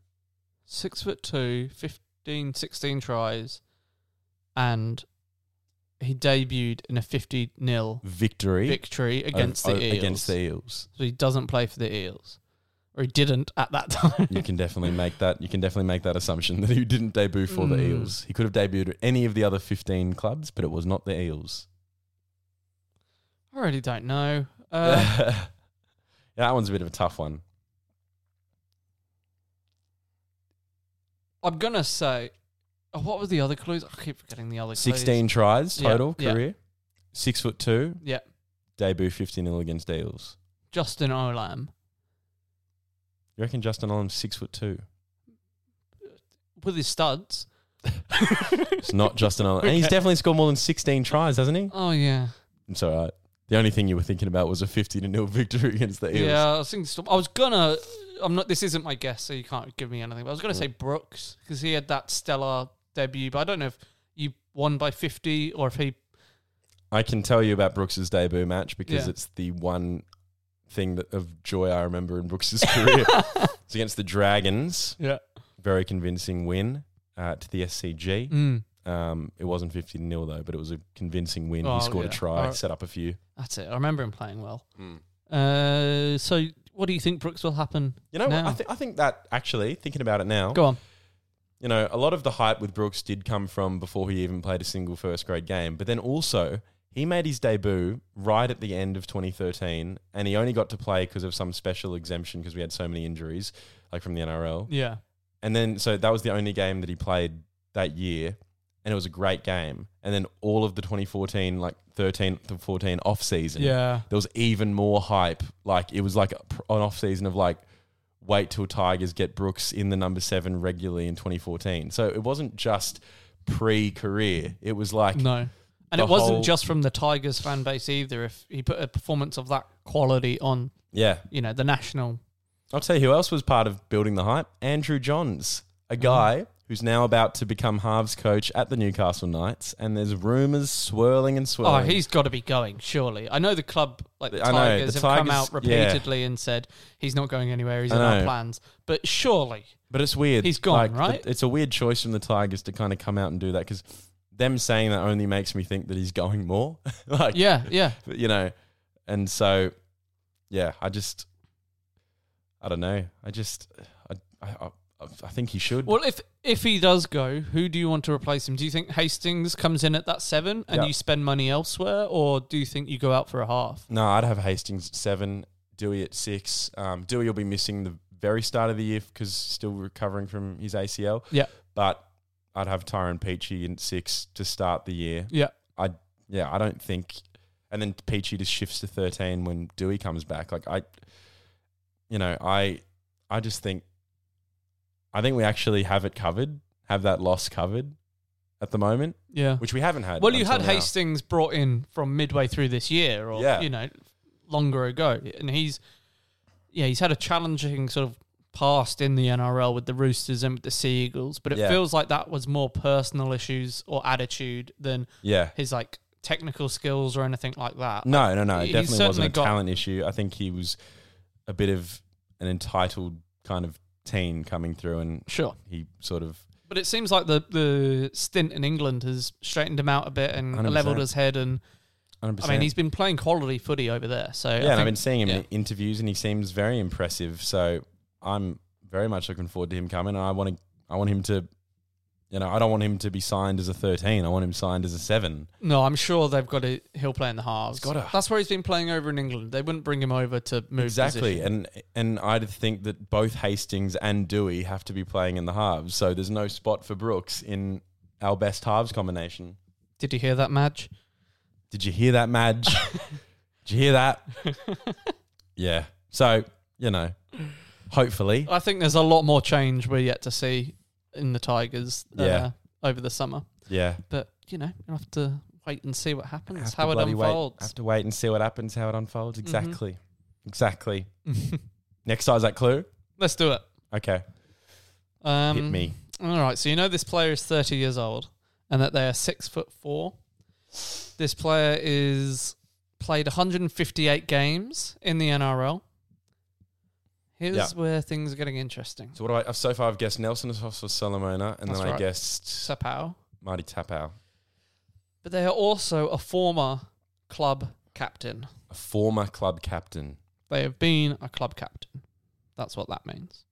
S2: six foot two, 15, 16 tries, and he debuted in a fifty nil
S1: Victory
S2: victory against
S1: o-
S2: the
S1: o-
S2: Eels.
S1: Against the Eels.
S2: so he doesn't play for the Eels, or he didn't at that <laughs> time.
S1: You can definitely make that. You can definitely make that assumption <laughs> that he didn't debut for the
S2: Mm.
S1: Eels. He could have debuted at any of the other 15 clubs, but it was not the Eels.
S2: I really don't know.
S1: <laughs>
S2: Uh,
S1: that one's a bit of a tough one.
S2: I'm gonna say, oh, what were the other clues? I keep forgetting the other clues.
S1: 16 tries
S2: Yeah,
S1: total
S2: yeah.
S1: career. Six foot two.
S2: Yeah,
S1: Debut 50 nil against Eels.
S2: Justin Olam
S1: You reckon Justin Olam's six foot two?
S2: with his studs.
S1: It's not
S2: <laughs>
S1: Justin Olam, and he's
S2: Okay.
S1: definitely scored more than 16 tries, hasn't he?
S2: Oh yeah,
S1: It's all right. The only thing you were thinking about was a 50 to nil <laughs> victory against the Eels.
S2: yeah. I was thinking. I was gonna. I'm not. This isn't my guess, so you can't give me anything. But I was gonna
S1: Mm.
S2: say Brooks because he had that stellar debut. But I don't know if you won by 50 or if he.
S1: I can tell you about Brooks's debut match because
S2: Yeah.
S1: it's the one thing that of joy I remember in Brooks's <laughs> career. it's against the Dragons.
S2: Yeah.
S1: Very convincing win uh, to the SCG.
S2: Mm,
S1: Um, it wasn't 50 nil though, but it was a convincing win.
S2: Oh,
S1: he scored
S2: yeah.
S1: a try,
S2: Alright.
S1: set up a few.
S2: that's it. I remember him playing well.
S1: Hmm.
S2: Uh, so what do you think Brooks will happen?
S1: You know, what?
S2: now?
S1: I, th- I think that actually, thinking about it now,
S2: Go on.
S1: you know, a lot of the hype with Brooks did come from before he even played a single first grade game. But then also, he made his debut right at the end of 2013, and he only got to play because of some special exemption because we had so many injuries, like from the NRL.
S2: Yeah.
S1: And then, so that was the only game that he played that year, and it was a great game. And then all of the 2014, like 13 to 14 off season,
S2: Yeah.
S1: there was even more hype. Like it was like a pr- an off season of like wait till Tigers get Brooks in the number seven regularly in 2014. So it wasn't just pre career. It was like
S2: No. And
S1: the
S2: it wasn't
S1: whole-
S2: just from the Tigers fan base either. If he put a performance of that quality on,
S1: yeah.
S2: you know, the national.
S1: I'll tell you who else was part of building the hype. Andrew Johns,
S2: Mm.
S1: a guy who's now about to become halves coach at the Newcastle Knights, and there's rumors swirling and
S2: Oh,
S1: swirling.
S2: he's got to be going, surely. I know the club, like the
S1: I know,
S2: Tigers,
S1: the
S2: have come
S1: Tigers-
S2: out
S1: yeah.
S2: repeatedly and said he's not going anywhere. He's
S1: I
S2: in our
S1: know.
S2: plans. But surely,
S1: But it's weird.
S2: He's gone, right?
S1: it- it's a weird choice from the Tigers to kind of come out and do that because them saying that only makes me think that he's going more. <laughs> like,
S2: Yeah, yeah.
S1: you know, and so, yeah, I just, I don't know. I just, I, I, I, I think he should.
S2: Well, if if he does go, who do you want to replace him? Do you think Hastings comes in at that seven and
S1: Yeah.
S2: you spend money elsewhere, or do you think you go out for a half?
S1: No, I'd have Hastings at seven, Dewey at six. Um, Dewey will be missing the very start of the year because still recovering from his ACL.
S2: Yeah.
S1: But I'd have Tyrone Peachy in at six to start the year.
S2: Yeah,
S1: I yeah, I don't think. And then Peachy just shifts to thirteen when Dewey comes back. Like I, you know, I, I just think, I think we actually have it covered, have that loss covered, at the moment,
S2: yeah.
S1: which we haven't had.
S2: Well, you
S1: until
S2: had
S1: now.
S2: Hastings brought in from midway through this year, or
S1: Yeah.
S2: you know, longer ago, and he's yeah, he's had a challenging sort of past in the NRL with the Roosters and with the Seagulls, but it
S1: Yeah.
S2: feels like that was more personal issues or attitude than
S1: Yeah.
S2: his like technical skills or anything like that.
S1: No, no, no. It
S2: He's
S1: definitely
S2: certainly
S1: wasn't a
S2: got-
S1: talent issue. I think he was a bit of an entitled kind of teen coming through, and
S2: Sure.
S1: he sort of
S2: But it seems like the, the stint in England has straightened him out a bit and
S1: 100%.
S2: leveled his head. And
S1: 100%.
S2: I mean, he's been playing quality footy over there. So
S1: yeah, and I've been seeing him
S2: yeah.
S1: in interviews, and he seems very impressive. So I'm very much looking forward to him coming. And I want to, I want him to, you know, I don't want him to be signed as a 13. I want him signed as a seven.
S2: No, I'm sure they've got to. He'll play in the halves.
S1: gotta.
S2: That's where he's been playing over in England. They wouldn't bring him over to move
S1: Exactly,
S2: position.
S1: and and I'd think that both Hastings and Dewey have to be playing in the halves. So there's no spot for Brooks in our best halves combination.
S2: Did you hear that, Madge?
S1: Did you hear that,
S2: <laughs>
S1: Madge? Did you hear that? yeah. So, you know, hopefully.
S2: I think there's a lot more change we're yet to see in the Tigers. Uh,
S1: Yeah.
S2: Over the summer,
S1: Yeah.
S2: but you know, you have to wait and see what happens,
S1: Have to
S2: how it
S1: bloody Wait,
S2: unfolds. Mm-hmm.
S1: have to wait and see what happens, how it unfolds. Exactly. Exactly. Next Isaac Clue.
S2: <laughs> Let's do it.
S1: Okay.
S2: Um,
S1: Hit me.
S2: All right, so you know this player is 30 years old and that they are six foot four. This player is played 158 games in the NRL. Here's
S1: Yeah.
S2: where things are getting interesting.
S1: So what do I so far I've guessed Nelson Asos for Solomona and
S2: That's
S1: then I
S2: right.
S1: guessed
S2: Sapau,
S1: Marty Tapau.
S2: but they are also a former club captain.
S1: A former club captain.
S2: They have been a club captain. That's what that means.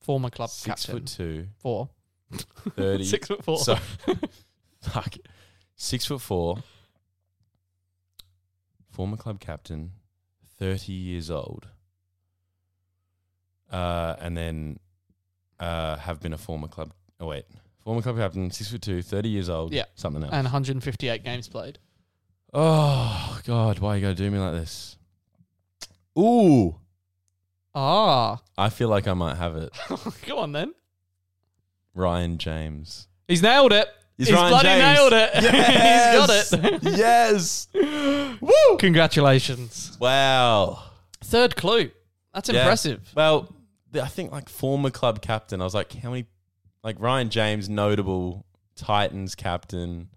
S2: Former club
S1: six
S2: captain.
S1: foot two.
S2: Four. <laughs>
S1: 30.
S2: Six foot four.
S1: So,
S2: <laughs>
S1: fuck. Six foot four, former club captain, 30 years old, uh, and then uh, have been a former club. Oh, wait. Former club captain, six foot two, 30 years old.
S2: Yeah.
S1: Something else.
S2: and 158 games played.
S1: oh, God. Why you got to do me like this? Ooh.
S2: Ah, <laughs>
S1: I feel like I might have it.
S2: go on then.
S1: Ryan James.
S2: He's nailed it.
S1: He's
S2: He's
S1: Ryan
S2: bloody
S1: James.
S2: nailed it.
S1: Yes.
S2: <laughs>
S1: <laughs>
S2: He's got it. <laughs>
S1: yes.
S2: Woo! Congratulations.
S1: Wow.
S2: Third clue. That's
S1: Yeah.
S2: impressive.
S1: Well, the, I think like former club captain. I was like, how many? Like Ryan James, notable Titans captain.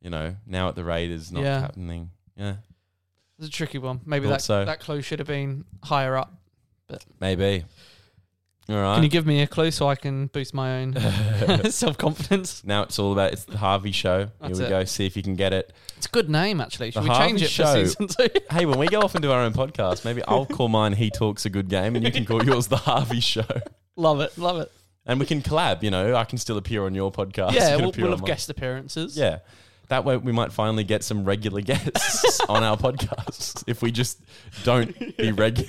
S1: You know, now at the Raiders, not
S2: Yeah.
S1: captaining. Yeah,
S2: It's a tricky one. Maybe
S1: Thought
S2: that
S1: so.
S2: that clue should have been higher up.
S1: maybe. All right.
S2: Can you give me a clue so I can boost my own
S1: <laughs>
S2: <laughs> self confidence?
S1: now it's all about it's the Harvey Show.
S2: That's
S1: Here we
S2: it.
S1: go. See if you can get it.
S2: It's a good name actually. Should
S1: The
S2: we change
S1: Harvey
S2: it
S1: Show.
S2: for season two? <laughs>
S1: Hey, when we go off and do our own podcast, maybe I'll call mine. He talks a good game, and you can call yours the Harvey Show.
S2: love it.
S1: <laughs>
S2: Love it.
S1: And we can collab. You know, I can still appear on your podcast. you
S2: yeah,
S1: can
S2: we'll,
S1: appear
S2: we'll
S1: on
S2: have
S1: mine.
S2: guest appearances.
S1: Yeah. That way we might finally get some regular <laughs> guests on our podcasts if we just don't be regular.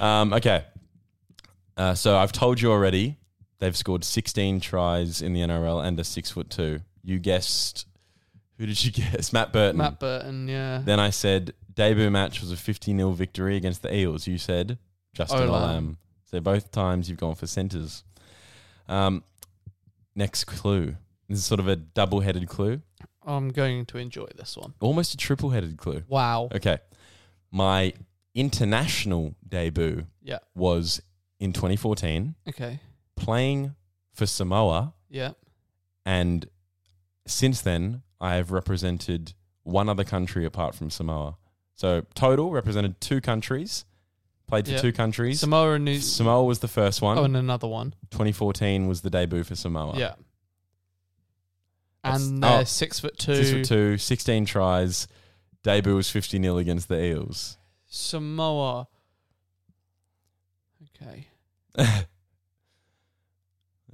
S1: Um, okay. Uh, so I've told you already. They've scored 16 tries in the NRL and a six foot two. You guessed. Who did you <laughs> guess? Matt Burton.
S2: Matt Burton, yeah.
S1: Then I said debut match was a 50 0 victory against the Eels. You said Justin
S2: Olam.
S1: Olam. So both times you've gone for centres. Um, next clue. This is sort of a double headed clue,
S2: I'm going to enjoy this one.
S1: almost a triple headed clue.
S2: Wow.
S1: Okay. My international debut
S2: Yeah.
S1: was in 2014
S2: Okay.
S1: playing for Samoa.
S2: Yeah.
S1: And since then, I have represented one other country apart from Samoa. So total represented two countries, played for
S2: Yeah.
S1: two countries.
S2: Samoa and New
S1: Samoa was the first one.
S2: Oh, and another one.
S1: 2014 was the debut for Samoa.
S2: Yeah.
S1: Oh, That's-
S2: And they're
S1: oh,
S2: six foot two.
S1: Six for two, 16 tries. Debut was 50 0 against the Eels.
S2: Samoa. Okay.
S1: Let's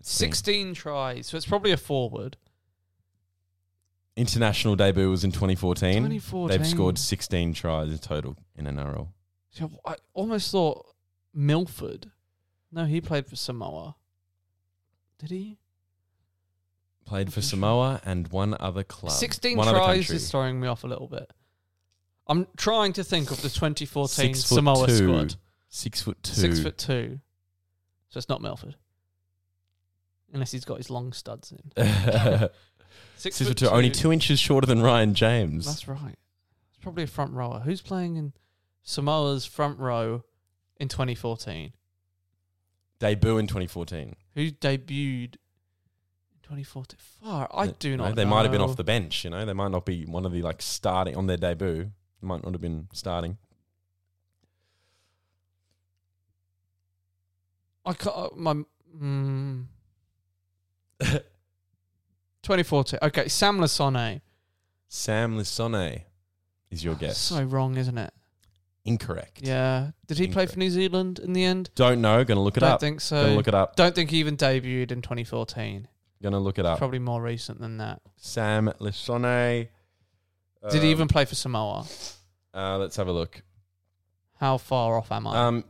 S1: see.
S2: 16 tries. So it's probably a forward.
S1: International debut was in 2014.
S2: 2014.
S1: They've scored 16 tries total in NRL.
S2: So I almost thought Milford. No, he played for Samoa. Did he?
S1: Played for Samoa and one other club.
S2: 16
S1: one other
S2: tries
S1: country.
S2: is throwing me off a little bit. I'm trying to think of the 2014
S1: Six foot
S2: Samoa
S1: two.
S2: squad.
S1: Six foot two.
S2: Six
S1: <laughs>
S2: foot two. So it's not Milford. Unless he's got his long studs in.
S1: Six foot two. Only two inches shorter than Ryan James.
S2: That's right. It's probably a front rower. Who's playing in Samoa's front row in 2014?
S1: Debut in 2014.
S2: Who debuted in 2014? Far, I do not.
S1: They might have been
S2: know.
S1: off the bench. You know, they might not be one of the like starting on their debut. They might not have been starting.
S2: I can't. My.
S1: <laughs>
S2: Mm, 2014. Okay, Sam Lasone.
S1: Sam Lissone is
S2: <sighs>
S1: your guess.
S2: So wrong, isn't it?
S1: Incorrect.
S2: Yeah. Did he play for
S1: Incorrect.
S2: New Zealand in the end?
S1: Don't know. Gonna look it
S2: Don't
S1: up.
S2: think so.
S1: Gonna look it up.
S2: Don't think he even debuted in 2014.
S1: Gonna look it up.
S2: Probably more recent than that.
S1: Sam Lissone.
S2: Did he
S1: Um,
S2: even play for Samoa?
S1: Uh, let's have a look.
S2: How far off am I?
S1: Um,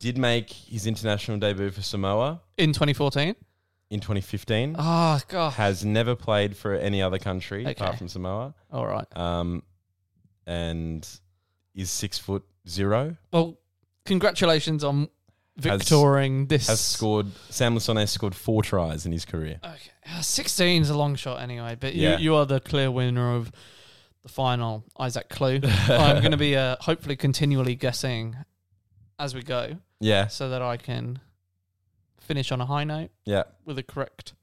S1: did make his international debut for Samoa
S2: in 2014?
S1: in 2015.
S2: Ah, God.
S1: Has never played for any other country apart
S2: Okay.
S1: from Samoa.
S2: All right.
S1: Um, and is six foot zero.
S2: Well, congratulations on
S1: Has-
S2: victoring this.
S1: Has scored. Sam Lissone has scored four tries in his career.
S2: Okay. Uh, 16 is a long shot anyway, but
S1: Yeah.
S2: you, you are the clear winner of the final, Isaac Clue. I'm going to be uh, hopefully continually guessing as we go
S1: Yeah,
S2: so that I can finish on a high note
S1: yeah,
S2: with a correct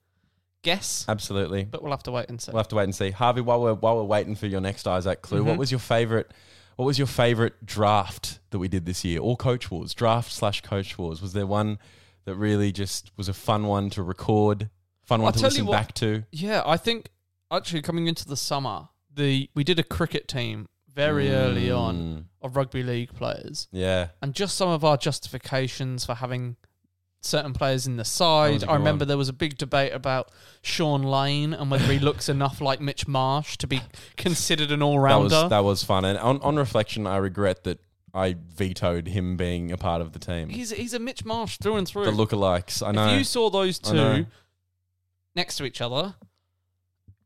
S2: guess,
S1: absolutely.
S2: but we'll have to wait and see.
S1: We'll have to wait and see. Harvey, while we're while we're waiting for your next Isaac clue, what
S2: Mhm.
S1: was your favorite? What was your favorite draft that we did this year, or coach wars? Draft slash coach wars. Was there one that really just was a fun one to record, fun one
S2: I'll
S1: to
S2: tell you
S1: listen
S2: what-
S1: back to?
S2: Yeah, I think actually coming into the summer, the we did a cricket team very early on
S1: Mm,
S2: of rugby league players.
S1: Yeah,
S2: and just some of our justifications for having certain players in the
S1: was
S2: side.
S1: a
S2: I
S1: good
S2: remember
S1: one.
S2: there was a big debate about Sean Lane and
S1: <laughs>
S2: whether he looks enough like Mitch Marsh to be considered an all
S1: that was
S2: rounder.
S1: that was fun. And on, on reflection, I regret that I vetoed him being a part of the team.
S2: He's he's a Mitch Marsh through and through.
S1: the lookalikes. I know.
S2: If you saw those
S1: I know.
S2: two next to each other,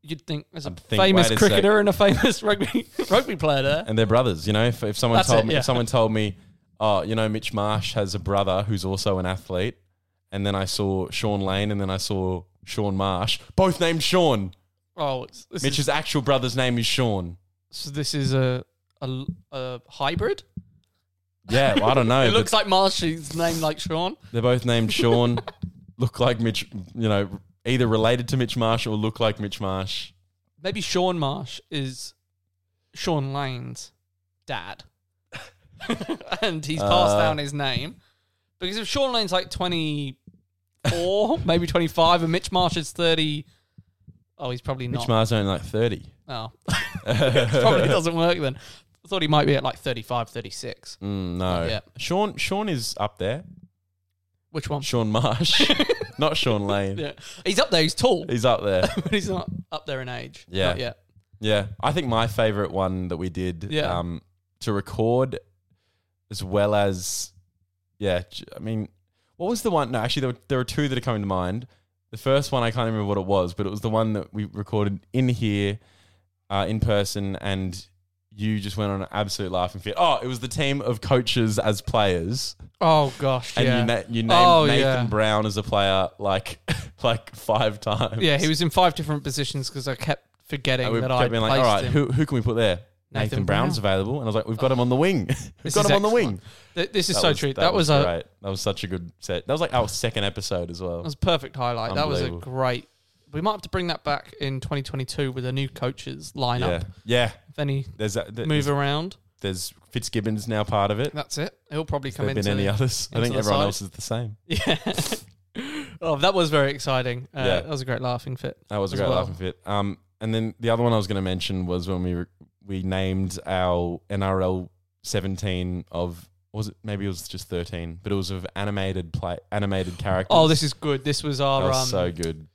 S2: you'd think there's a
S1: I'd think,
S2: famous
S1: wait a
S2: cricketer and a famous rugby <laughs> rugby player there.
S1: and they're brothers. You know, if, if someone
S2: That's
S1: told
S2: it,
S1: me,
S2: yeah.
S1: if someone told me, oh, you know, Mitch Marsh has a brother who's also an athlete, and then I saw Sean Lane, and then I saw Sean Marsh, both named Sean.
S2: Oh, it's, this
S1: Mitch's
S2: is,
S1: actual brother's name is Sean.
S2: so this is a a, a hybrid.
S1: Yeah, well, I
S2: <laughs>
S1: don't know.
S2: It
S1: but
S2: looks like Marsh. He's named like Sean.
S1: they're both named Sean. look like Mitch, you know, either related to Mitch Marsh or look like Mitch Marsh.
S2: Maybe Sean Marsh is Sean Lane's dad. <laughs> and he's passed
S1: Uh.
S2: down his name. Because if Sean Lane's like 24, <laughs> maybe 25, and Mitch Marsh is 30. Oh, he's probably
S1: <laughs>
S2: not. <laughs>
S1: Mitch Marsh only like thirty.
S2: oh. probably doesn't work then. thought he might be at like 35, 36.
S1: Mm, no.
S2: Yeah.
S1: Sean Sean is up there.
S2: Which one?
S1: Sean Marsh, <laughs> not Sean Lane.
S2: Yeah. He's up there. He's tall,
S1: He's up there.
S2: <laughs> but he's not up there in age.
S1: Yeah.
S2: Not yet.
S1: Yeah, I think my favorite one that we did
S2: Yeah.
S1: um, to record, as well as, yeah, j- I mean, what was the one? No, actually, there were, there were two that are coming to mind. The first one, I can't remember what it was, but it was the one that we recorded in here, uh, in person, and you just went on an absolute laughing fit. Oh, it was the team of coaches as players,
S2: Oh, gosh.
S1: and
S2: yeah.
S1: you, na- you named
S2: Oh,
S1: Nathan
S2: yeah.
S1: Brown as a player like <laughs> like five times.
S2: Yeah, he was in five different positions because I kept forgetting
S1: And we
S2: that
S1: kept
S2: I
S1: being
S2: placed
S1: like, all right,
S2: him.
S1: who, who can we put there? Nathan,
S2: Nathan
S1: Brown's
S2: Brown.
S1: available. And I was like, we've got him on the wing. we've
S2: <laughs> This
S1: got
S2: is
S1: him on the
S2: excellent.
S1: wing.
S2: Th- this is so true. That was, a
S1: great. That was such a good set. That was like our second episode as well.
S2: that was a perfect highlight. That was a
S1: Unbelievable.
S2: great. We might have to bring that back in 2022 with a new coaches lineup.
S1: yeah. Yeah.
S2: If any
S1: There's, that, there-
S2: move
S1: there's,
S2: around,
S1: there's Fitzgibbon's now part of it.
S2: that's it. He'll probably
S1: Have
S2: come
S1: there
S2: into
S1: been any others? I
S2: into
S1: think
S2: the
S1: everyone
S2: side.
S1: else is the same.
S2: Yeah. <laughs> oh, that was very exciting. Uh,
S1: Yeah.
S2: That was a great laughing fit.
S1: That was a
S2: as
S1: great
S2: well.
S1: laughing fit. Um, and then the other one I was going to mention was when we re- we named our NRL 17 of was it maybe it was just 13, but it was of animated play animated characters.
S2: Oh, this is good. This was
S1: that
S2: our
S1: was
S2: um,
S1: so good.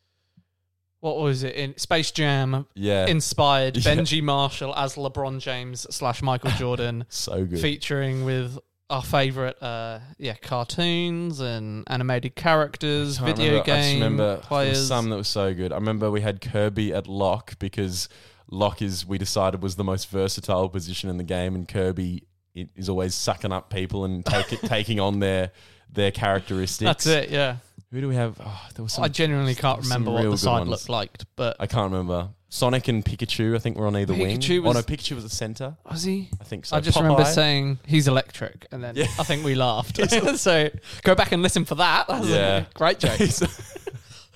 S2: what was it in Space Jam
S1: Yeah,
S2: inspired
S1: Yeah.
S2: Benji Marshall as LeBron James
S1: <laughs>
S2: slash Michael Jordan,
S1: so good.
S2: featuring with our favorite uh, yeah cartoons and animated characters,
S1: Can't
S2: video
S1: remember. I just
S2: game
S1: remember there was
S2: players.
S1: some that was so good. I remember we had Kirby at lock because lock is we decided was the most versatile position in the game, and Kirby i- is always sucking up people and take
S2: <laughs>
S1: taking on their their characteristics.
S2: That's it. Yeah,
S1: Who do we have? Oh, there was some,
S2: I genuinely can't
S1: some
S2: remember
S1: real
S2: what the
S1: good
S2: side
S1: ones.
S2: looked like, but
S1: I can't remember. Sonic and Pikachu, I think, were on either wing.
S2: Pikachu
S1: oh
S2: was-
S1: no, Pikachu was the
S2: <laughs>
S1: center.
S2: was he?
S1: I think so.
S2: I just remember
S1: Popeye?
S2: saying he's electric, and then
S1: Yeah.
S2: I think
S1: <laughs>
S2: we laughed. <laughs> so go back and listen for that. That was
S1: Yeah.
S2: a
S1: <laughs>
S2: great joke. <laughs>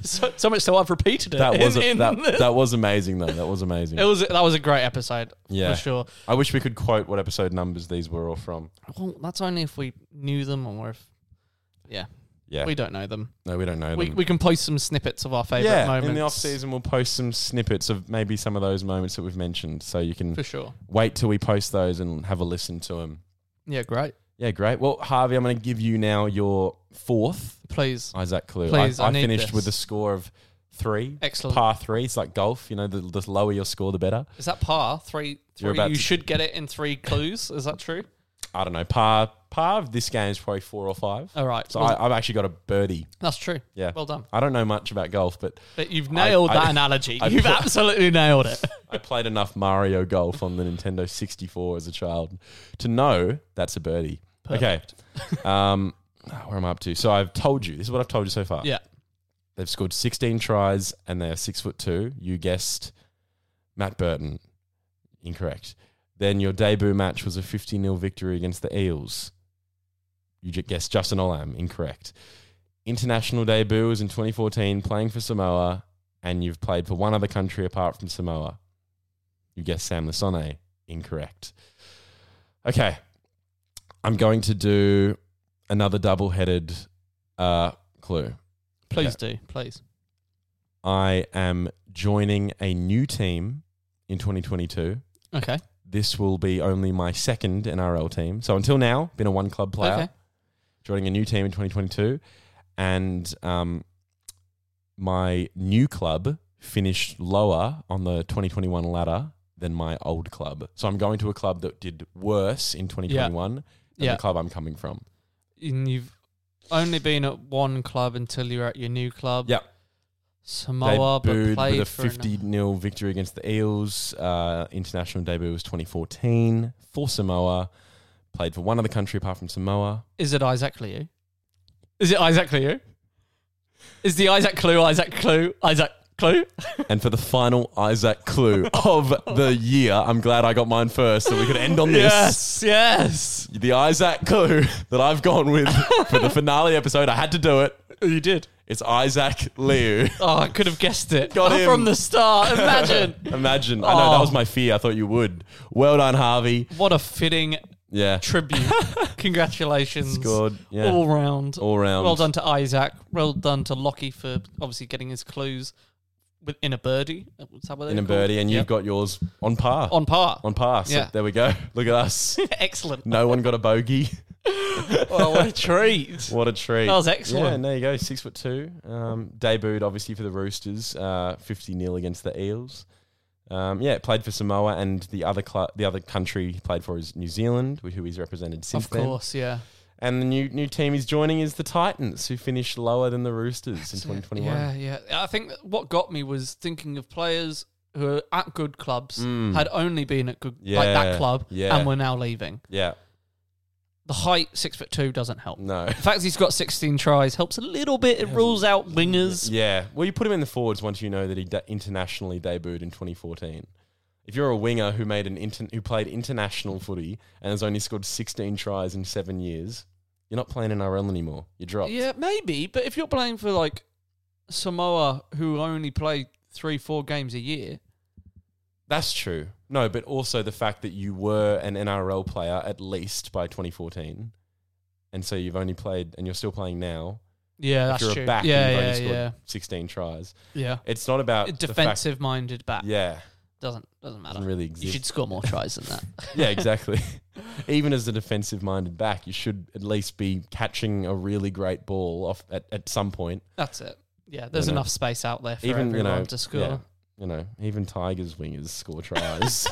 S2: so, so much so I've repeated it.
S1: that was
S2: in-
S1: a,
S2: in
S1: that,
S2: the-
S1: that was amazing though. That was amazing.
S2: <laughs> it was that was a great episode
S1: yeah,
S2: for sure.
S1: I wish we could quote what episode numbers these were all from.
S2: Well, that's only if we knew them or if yeah,
S1: Yeah,
S2: we don't know them.
S1: no, we don't know
S2: We,
S1: them.
S2: we can post some snippets of our favorite
S1: yeah,
S2: moments
S1: in the off season, we'll post some snippets of maybe some of those moments that we've mentioned, so you can
S2: for sure.
S1: wait till we post those and have a listen to them.
S2: Yeah, great.
S1: Yeah, great. Well, Harvey, I'm going to give you now your fourth
S2: Please,
S1: Isaac Clue.
S2: Please,
S1: I, I,
S2: I need
S1: finished
S2: this.
S1: with a score of three.
S2: Excellent.
S1: Par three. It's like golf. You know, the, the lower your score, the better.
S2: is that par three?
S1: You're
S2: three
S1: about
S2: you
S1: to-
S2: should get it in three clues. Is that true?
S1: I don't know. Par par of this game is probably four or five.
S2: All right.
S1: So
S2: Well-
S1: I, I've actually got a birdie.
S2: That's true.
S1: Yeah.
S2: Well done.
S1: I don't know much about golf, but
S2: But you've
S1: I-
S2: nailed
S1: I- <laughs>
S2: that analogy.
S1: I
S2: you've
S1: put-
S2: absolutely
S1: <laughs>
S2: nailed it.
S1: I played enough Mario Golf on the Nintendo 64 as a child to know that's a birdie. Okay. Um, where am I up to? So I've told you. This is what I've told you so far.
S2: yeah.
S1: They've scored 16 tries and they are six foot two. You guessed Matt Burton. Incorrect. Then your debut match was a 50 0 victory against the Eels. You ju- guessed Justin Olam. Incorrect. International debut was in 2014, playing for Samoa, and you've played for one other country apart from Samoa. You guessed Sam Lasone. Incorrect. Okay. I'm going to do another double headed uh, clue.
S2: Please do. Please.
S1: I am joining a new team in 2022.
S2: Okay.
S1: This will be only my second NRL team. So until now, been a one club player.
S2: Okay.
S1: Joining a new team in 2022, and um, my new club finished lower on the 2021 ladder than my old club. So I'm going to a club that did worse in 2021 than
S2: Yeah.
S1: the club I'm coming from.
S2: And you've only been at one club until you're at your new club.
S1: Yeah.
S2: Samoa, but
S1: debuted
S2: played
S1: with a
S2: for an-
S1: 50 0 victory against the Eels. Uh, international debut was 2014 for Samoa. Played for one other country apart from
S2: <laughs>
S1: Samoa.
S2: Is it Isaac Liu? Is it Isaac Liu? Is the Isaac Clue Isaac Clue Isaac Clue?
S1: And for the final Isaac
S2: <laughs>
S1: clue of the year, I'm glad I got mine first so we could end on this.
S2: Yes, yes.
S1: The Isaac clue that I've gone
S2: <laughs>
S1: with for the finale episode. I had to do it.
S2: You did.
S1: It's Isaac Liu.
S2: Oh, I could have guessed it.
S1: Got him.
S2: From
S1: <laughs>
S2: the start. Imagine.
S1: Imagine. I know that
S2: Oh.
S1: was my fear. I thought you would. Well done, Harvey.
S2: what a fitting
S1: Yeah.
S2: tribute. Congratulations.
S1: Scored, yeah.
S2: All round.
S1: All round.
S2: Well done to Isaac. Well done to Lockie for obviously getting his clues with- in a birdie. Is that what
S1: in a
S2: they're called?
S1: birdie, and you've
S2: Yep.
S1: got yours on par.
S2: on par.
S1: on par. So
S2: Yeah.
S1: there we go. <laughs> Look at
S2: <laughs>
S1: us.
S2: Excellent.
S1: No one got a bogey.
S2: Oh, what a treat.
S1: <laughs> What a treat.
S2: That was excellent.
S1: Yeah, and there you go. Six foot two. Um, debuted obviously for the Roosters, uh, fifty nil against the Eels. Um, yeah, played for Samoa and the other cl- the other country he played for is New Zealand, who he's represented since
S2: Of
S1: then.
S2: course, yeah.
S1: And the new new team he's joining is the Titans, who finished lower than the Roosters in twenty twenty
S2: Yeah,
S1: one.
S2: yeah. I think that what got me was thinking of players who are at good clubs, had only been at good like
S1: Mm. Yeah,
S2: that club,
S1: yeah.
S2: and were now leaving.
S1: Yeah,
S2: The height six foot two doesn't help.
S1: no.
S2: The fact he's got sixteen tries helps a little bit. It rules out wingers.
S1: Yeah. Well, you put him in the forwards once you know that he de- internationally debuted in 2014. If you're a winger who made an inter- who played international footy and has only scored 16 tries in seven years, you're not playing NRL anymore. You're dropped.
S2: Yeah, maybe. But if you're playing for like Samoa, who only play three, four games a year,
S1: That's true. No, but also the fact that you were an NRL player at least by 2014, and so you've only played and you're still playing now.
S2: yeah,
S1: if
S2: that's
S1: you're
S2: true.
S1: a back, and
S2: yeah,
S1: you've
S2: yeah,
S1: only scored
S2: yeah,
S1: 16 tries.
S2: yeah.
S1: It's not about the fact-
S2: Defensive minded back
S1: yeah.
S2: doesn't doesn't matter.
S1: Doesn't really
S2: You
S1: exist.
S2: should score more tries than that.
S1: <laughs> Yeah, exactly. Even as a defensive minded back, you should at least be catching a really great ball off at, at some point.
S2: That's it. Yeah, there's
S1: You know.
S2: enough space out there for
S1: even you
S2: everyone
S1: know
S2: to score.
S1: yeah, you know, even Tigers wingers score
S2: <laughs>
S1: tries.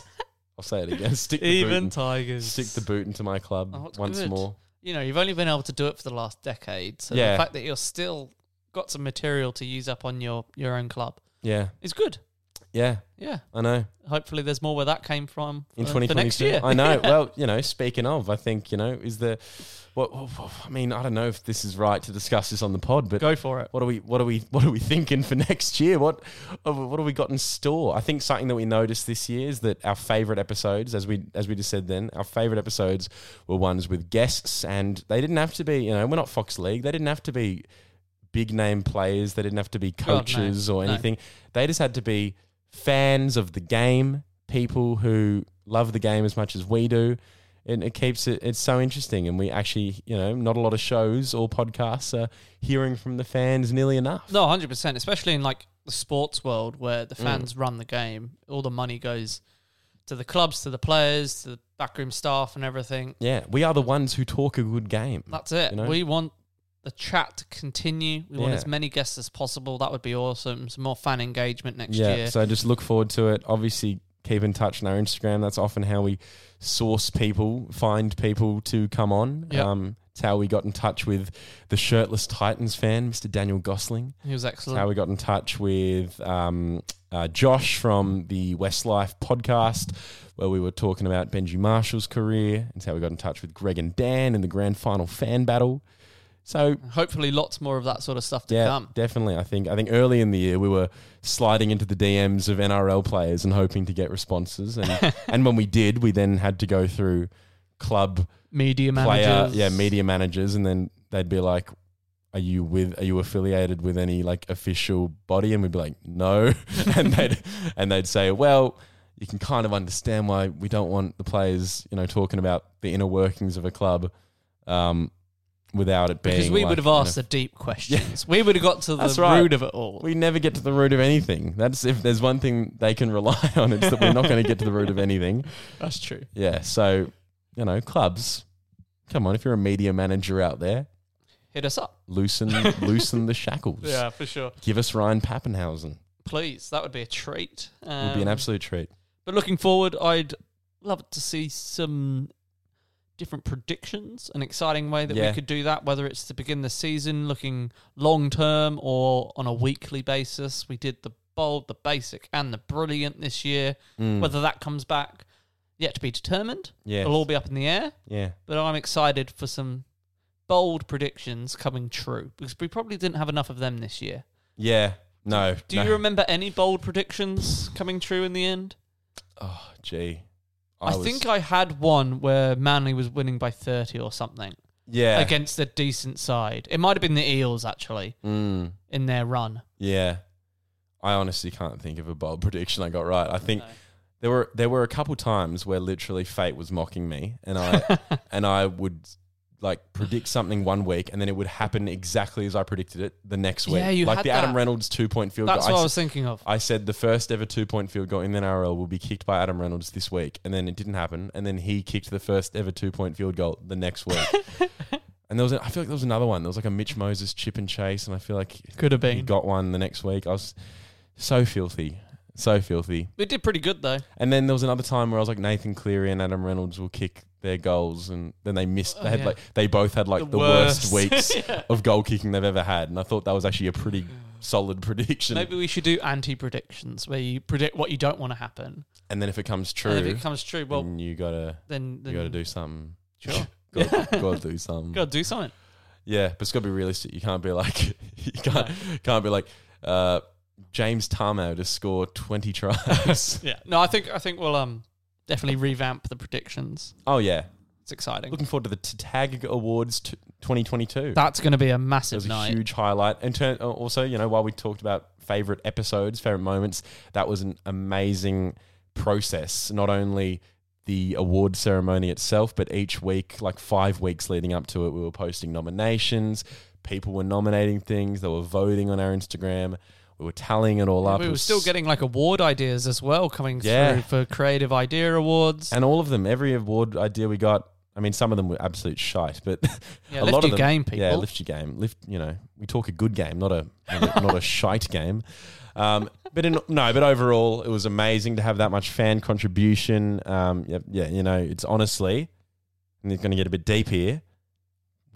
S1: I'll say it again. Stick the boot
S2: Even
S1: in-
S2: Tigers.
S1: stick the boot into my club
S2: Oh, that's
S1: once
S2: good.
S1: more.
S2: You know, you've only been able to do it for the last decade. So
S1: Yeah.
S2: the fact that you're still got some material to use up on your, your own club
S1: Yeah.
S2: is good.
S1: Yeah.
S2: Yeah.
S1: I know.
S2: Hopefully there's more where that came from
S1: In
S2: for, for
S1: twenty twenty
S2: next
S1: two.
S2: year.
S1: I
S2: <laughs>
S1: know. Well, you know, speaking of, I think, you know, is the what what- I mean, I don't know if this is right to discuss this on the pod, but
S2: Go for it.
S1: What are we? What are we? <laughs> What are we thinking for next year? What? uh, What have we got in store? I think something that we noticed this year is that our favorite episodes, as we as we just said, then our favorite episodes were ones with guests, and they didn't have to be. You know, we're not Fox League. They didn't have to be big name players. They didn't have to be
S2: Oh, no,
S1: coaches or
S2: no.
S1: anything. They just had to be fans of the game, people who love the game as much as we do. And it keeps it, it's so interesting. And we actually, you know, not a lot of shows or podcasts are hearing from the fans nearly enough.
S2: No, 100%, especially in like the sports world where
S1: Mm.
S2: the fans run the game. All the money goes to the clubs, to the players, to the backroom staff and everything.
S1: Yeah, we are the ones who talk a good game.
S2: That's it.
S1: You know?
S2: We want the chat to continue. We want
S1: Yeah.
S2: as many guests as possible. That would be awesome. Some more fan engagement next
S1: yeah,
S2: year.
S1: so just look forward to it. Obviously, keep in touch on our Instagram. That's often how we source people, find people to come on.
S2: Yeah.
S1: Um, it's how we got in touch with the shirtless Titans fan, Mr. Daniel Gosling.
S2: he was
S1: That's how
S2: excellent.
S1: we got in touch with um, uh, Josh from the Westlife podcast, where we were talking about Benji Marshall's career. It's how we got in touch with Greg and Dan in the grand final fan battle. So
S2: Hopefully, lots more of that sort of stuff to
S1: yeah,
S2: come.
S1: definitely. I think I think early in the year we were sliding into the DMs of NRL players and hoping to get responses, and and when we did, we then had to go through club
S2: Media
S1: player,
S2: managers.
S1: yeah, media managers, and then they'd be like, "Are you with? Are you affiliated with any like official body?" And we'd be like, "No," <laughs> and they'd and they'd say, "Well." You can kind of understand why we don't want the players, you know, talking about the inner workings of a club, um, without it being
S2: Because we
S1: like,
S2: would have
S1: you know,
S2: asked
S1: <laughs>
S2: the deep questions. We would have got to the
S1: That's right.
S2: root of it all.
S1: we never get to the root of anything. That's if there's one thing they can rely <laughs> on, it's that we're not going to get to the root of anything.
S2: That's true.
S1: Yeah. So, you know, clubs, come on. If you're a media manager out there,
S2: Hit us up. <laughs>
S1: loosen loosen the shackles.
S2: for sure.
S1: Give us Ryan Pappenhausen.
S2: Please, that would be a treat.
S1: It would be
S2: Um,
S1: an absolute treat.
S2: But looking forward, I'd love to see some different predictions, an exciting way that
S1: Yeah.
S2: we could do that, whether it's to begin the season looking long term or on a weekly basis. We did the bold, the basic, and the brilliant this year. Whether that comes back, yet to be determined.
S1: Mm. Yes.
S2: It'll all be up in the air,
S1: Yeah.
S2: but I'm excited for some bold predictions coming true because we probably didn't have enough of them this year.
S1: Yeah. No.
S2: Do
S1: no.
S2: you remember any bold predictions coming true in the end?
S1: Oh, gee.
S2: I,
S1: was-
S2: think I had one where Manly was winning by 30 or something
S1: Yeah.
S2: against a decent side. It might have been the Eels, actually,
S1: Mm,
S2: in their run.
S1: yeah. I honestly can't think of a bold <laughs> prediction I got right. I think there
S2: <laughs>
S1: were there were a couple times where literally fate was mocking me, and I and I would like predict something one week and then it would happen exactly as I predicted it the next week.
S2: Yeah, you
S1: like
S2: had
S1: the Adam
S2: that.
S1: Reynolds two point field
S2: That's
S1: goal.
S2: what I
S1: s-
S2: was thinking of.
S1: I said the first ever two point field goal in the NRL will be kicked by Adam Reynolds this week, and then it didn't happen. And then he kicked the first ever two point field goal the next
S2: <laughs>
S1: week. and there was, a, I feel like there was another one. There was like a Mitch Moses chip and chase, and I feel like
S2: Could have
S1: he
S2: been.
S1: got one the next week. I was so filthy, so filthy.
S2: We did pretty good though.
S1: And then there was another time where I was like Nathan Cleary and Adam Reynolds will kick their goals, and then they missed. They had
S2: yeah.
S1: like they both had like the,
S2: The
S1: worst,
S2: <laughs> worst.
S1: weeks of goal kicking they've ever had, and I thought that was actually a pretty solid <laughs> prediction.
S2: Maybe we should do anti predictions where you predict what you don't want to happen.
S1: and then if it comes true,
S2: And if it comes true, well,
S1: then you gotta
S2: then, then
S1: you gotta do something.
S2: Sure.
S1: <laughs> gotta,
S2: <laughs>
S1: gotta do something.
S2: Gotta do something.
S1: Yeah, but it's gotta be realistic. You can't be like <laughs> you can't can't be like uh, James Tarmow to score twenty
S2: <laughs>
S1: tries.
S2: Yeah. No, I think I think we'll um definitely revamp the predictions.
S1: oh yeah,
S2: It's exciting.
S1: looking forward to the T- Tag Awards twenty twenty two.
S2: That's going to be a
S1: It was
S2: massive
S1: a
S2: night.
S1: huge highlight. And turn, uh, also, you know, while we talked about favorite episodes, favorite moments, that was an amazing process. Not only the award ceremony itself, but each week, like five weeks leading up to it, we were posting nominations. People were nominating things. They were voting on our Instagram. We were tallying it all up.
S2: we
S1: It
S2: were
S1: was
S2: still getting like award ideas as well coming
S1: Yeah.
S2: through for creative idea awards.
S1: and all of them, every award idea we got. I mean, some of them were absolute shite, but <laughs>
S2: Yeah,
S1: a
S2: lift
S1: lot of
S2: your
S1: them,
S2: game,
S1: Yeah,
S2: people.
S1: lift your game. Lift, you know, we talk a good game, not a not a, not a shite game. Um, but in, no, but overall, it was amazing to have that much fan contribution. Um, yeah, yeah, you know, it's honestly, and it's going to get a bit deep here.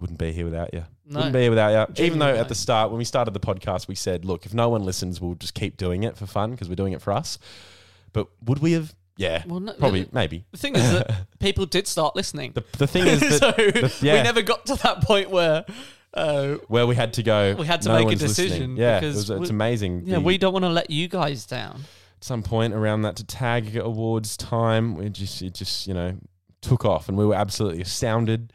S1: Wouldn't be here without you.
S2: No.
S1: Wouldn't be here without you. Even though
S2: Genuinely.
S1: at the start, when we started the podcast, we said, look, if no one listens, we'll just keep doing it for fun because we're doing it for us. But would we have? Yeah,
S2: Well, no,
S1: probably,
S2: the-
S1: maybe.
S2: the thing is that people did start listening.
S1: <laughs> The, the
S2: <laughs>
S1: thing is that
S2: so
S1: the- yeah,
S2: we never got to that point where uh,
S1: where we had to go.
S2: We had to
S1: "No
S2: make a
S1: one's listening."
S2: decision
S1: Yeah, it
S2: because
S1: was- it's
S2: we-
S1: amazing.
S2: yeah
S1: the-
S2: we don't want to let you guys down.
S1: at some point around that to tag awards time. We just it just you know took off, and we were absolutely astounded.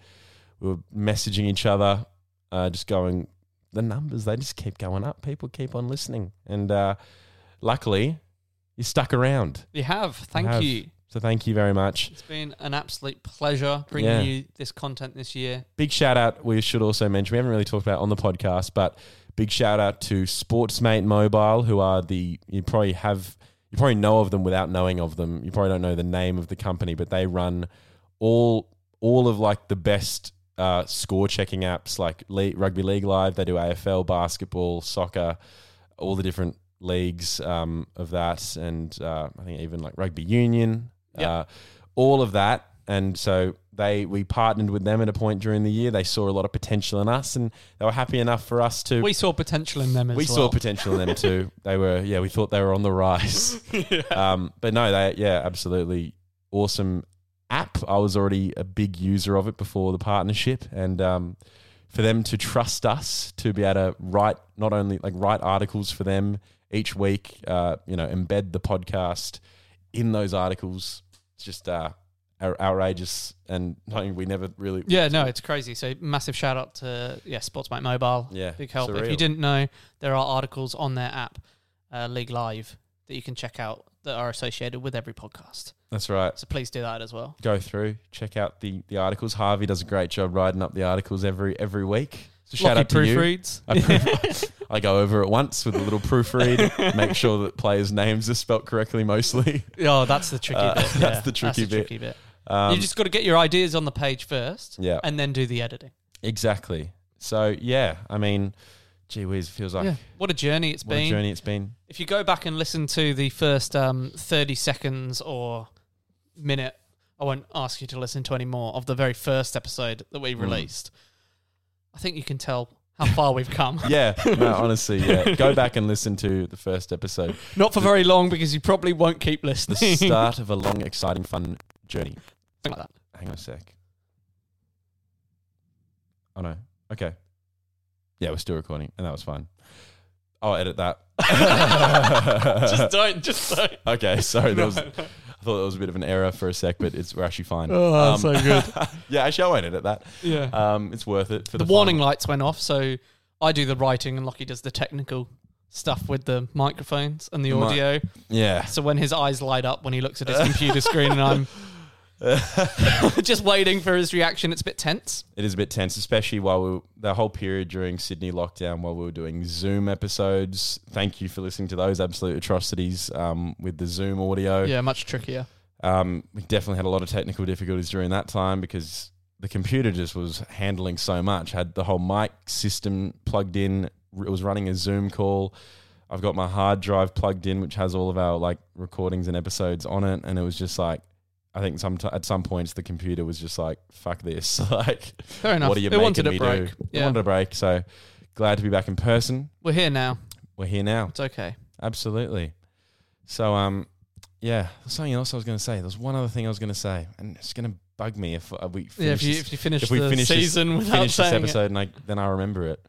S1: We were messaging each other, uh, just going the numbers they just keep going up. People keep on listening, and uh, luckily you stuck around.
S2: You have. Thank
S1: I have.
S2: you.
S1: So thank you very much.
S2: It's been an absolute pleasure bringing
S1: Yeah.
S2: you this content this year.
S1: Big shout out, we should also mention, we haven't really talked about it on the podcast, but big shout out to Sportsmate Mobile, who are the, you probably have, you probably know of them without knowing of them. You probably don't know the name of the company, but they run all, all of like the best uh, score checking apps like Le- Rugby League Live. They do AFL, basketball, soccer, all the different leagues um, of that. And uh, I think even like Rugby Union.
S2: Yeah.
S1: Uh, all of that. And so they we partnered with them at a point during the year. They saw a lot of potential in us, and they were happy enough for us to.
S2: We saw potential in them as
S1: we
S2: well.
S1: saw potential in them
S2: <laughs>
S1: too. They were yeah, we thought they were on the rise. um, but no, they yeah, absolutely awesome app. I was already a big user of it before the partnership, and um, for them to trust us to be able to write not only like write articles for them each week, uh, you know, embed the podcast in those articles. It's just uh, out- outrageous, and something we never really
S2: Yeah, no, it's crazy. So massive shout out to yeah, Sportsmate Mobile.
S1: Yeah,
S2: big help. If you
S1: surreal.
S2: didn't know, there are articles on their app, uh, League Live, that you can check out that are associated with every podcast.
S1: That's right.
S2: So please do that as well.
S1: go through, check out the the articles. Harvey does a great job writing up the articles every every week. So shout
S2: Lockie
S1: out to you.
S2: proofreads.
S1: I, proof- <laughs> I go over it once with a little proofread, make sure that players' names are spelt correctly mostly. <laughs>
S2: Oh, that's the tricky
S1: Uh,
S2: bit.
S1: <laughs> that's
S2: yeah.
S1: the tricky bit.
S2: tricky bit.
S1: Um,
S2: you just got to get your ideas on the page first,
S1: Yeah.
S2: and then do the editing.
S1: exactly. So yeah, I mean, gee whiz, it feels like
S2: yeah, what a journey it's
S1: what
S2: been.
S1: a journey it's been.
S2: If you go back and listen to the first um, 30 seconds or minute, I won't ask you to listen to any more of the very first episode that
S1: Mm.
S2: we released. I think you can tell how far
S1: <laughs>
S2: we've come.
S1: Yeah, no, honestly, yeah. Go back and listen to the first episode.
S2: Not for very long because you probably won't keep
S1: The
S2: listening. <laughs>
S1: start of a long, exciting, fun journey.
S2: Something like that.
S1: Hang on a sec. Oh no. Okay. Yeah, we're still recording, and that was fine. I'll edit that. <laughs>
S2: Just don't, just don't.
S1: okay, sorry.
S2: <laughs>
S1: That was, I thought that was a bit of an error for a sec, but it's we're actually fine.
S2: Oh, so good.
S1: <laughs> yeah, actually, I won't edit that.
S2: Yeah.
S1: Um, it's worth it for
S2: the
S1: the,
S2: warning
S1: final-
S2: lights went off, so I do the writing and Lockie does the technical stuff with the microphones and the
S1: Mi-
S2: audio.
S1: Yeah. <laughs>
S2: So when his eyes light up when he looks at his computer screen and I'm <laughs> Just waiting for his reaction. It's a bit tense.
S1: It is a bit tense, especially while we the whole period during Sydney lockdown, while we were doing Zoom episodes. Thank you for listening to those absolute atrocities um, with the Zoom audio.
S2: Yeah, much trickier.
S1: Um, we definitely had a lot of technical difficulties during that time because the computer just was handling so much. Had the whole mic system plugged in. It was running a Zoom call. I've got my hard drive plugged in, which has all of our like recordings and episodes on it, and it was just like. I think some at some points the computer was just like fuck this <laughs> like
S2: Fair enough.
S1: what are you
S2: It
S1: making
S2: wanted a
S1: me
S2: break.
S1: do? It
S2: Yeah.
S1: wanted a break. So glad to be back in person.
S2: We're here now.
S1: We're here now.
S2: It's okay.
S1: Absolutely. So um, yeah. There's something else I was going to say. There's one other thing I was going to say, and it's going to bug me if uh, we finish
S2: Yeah, if you,
S1: this-
S2: if you finish
S1: if we
S2: the
S1: finish
S2: season
S1: this,
S2: without
S1: finish this
S2: saying
S1: episode, and I, then I remember it.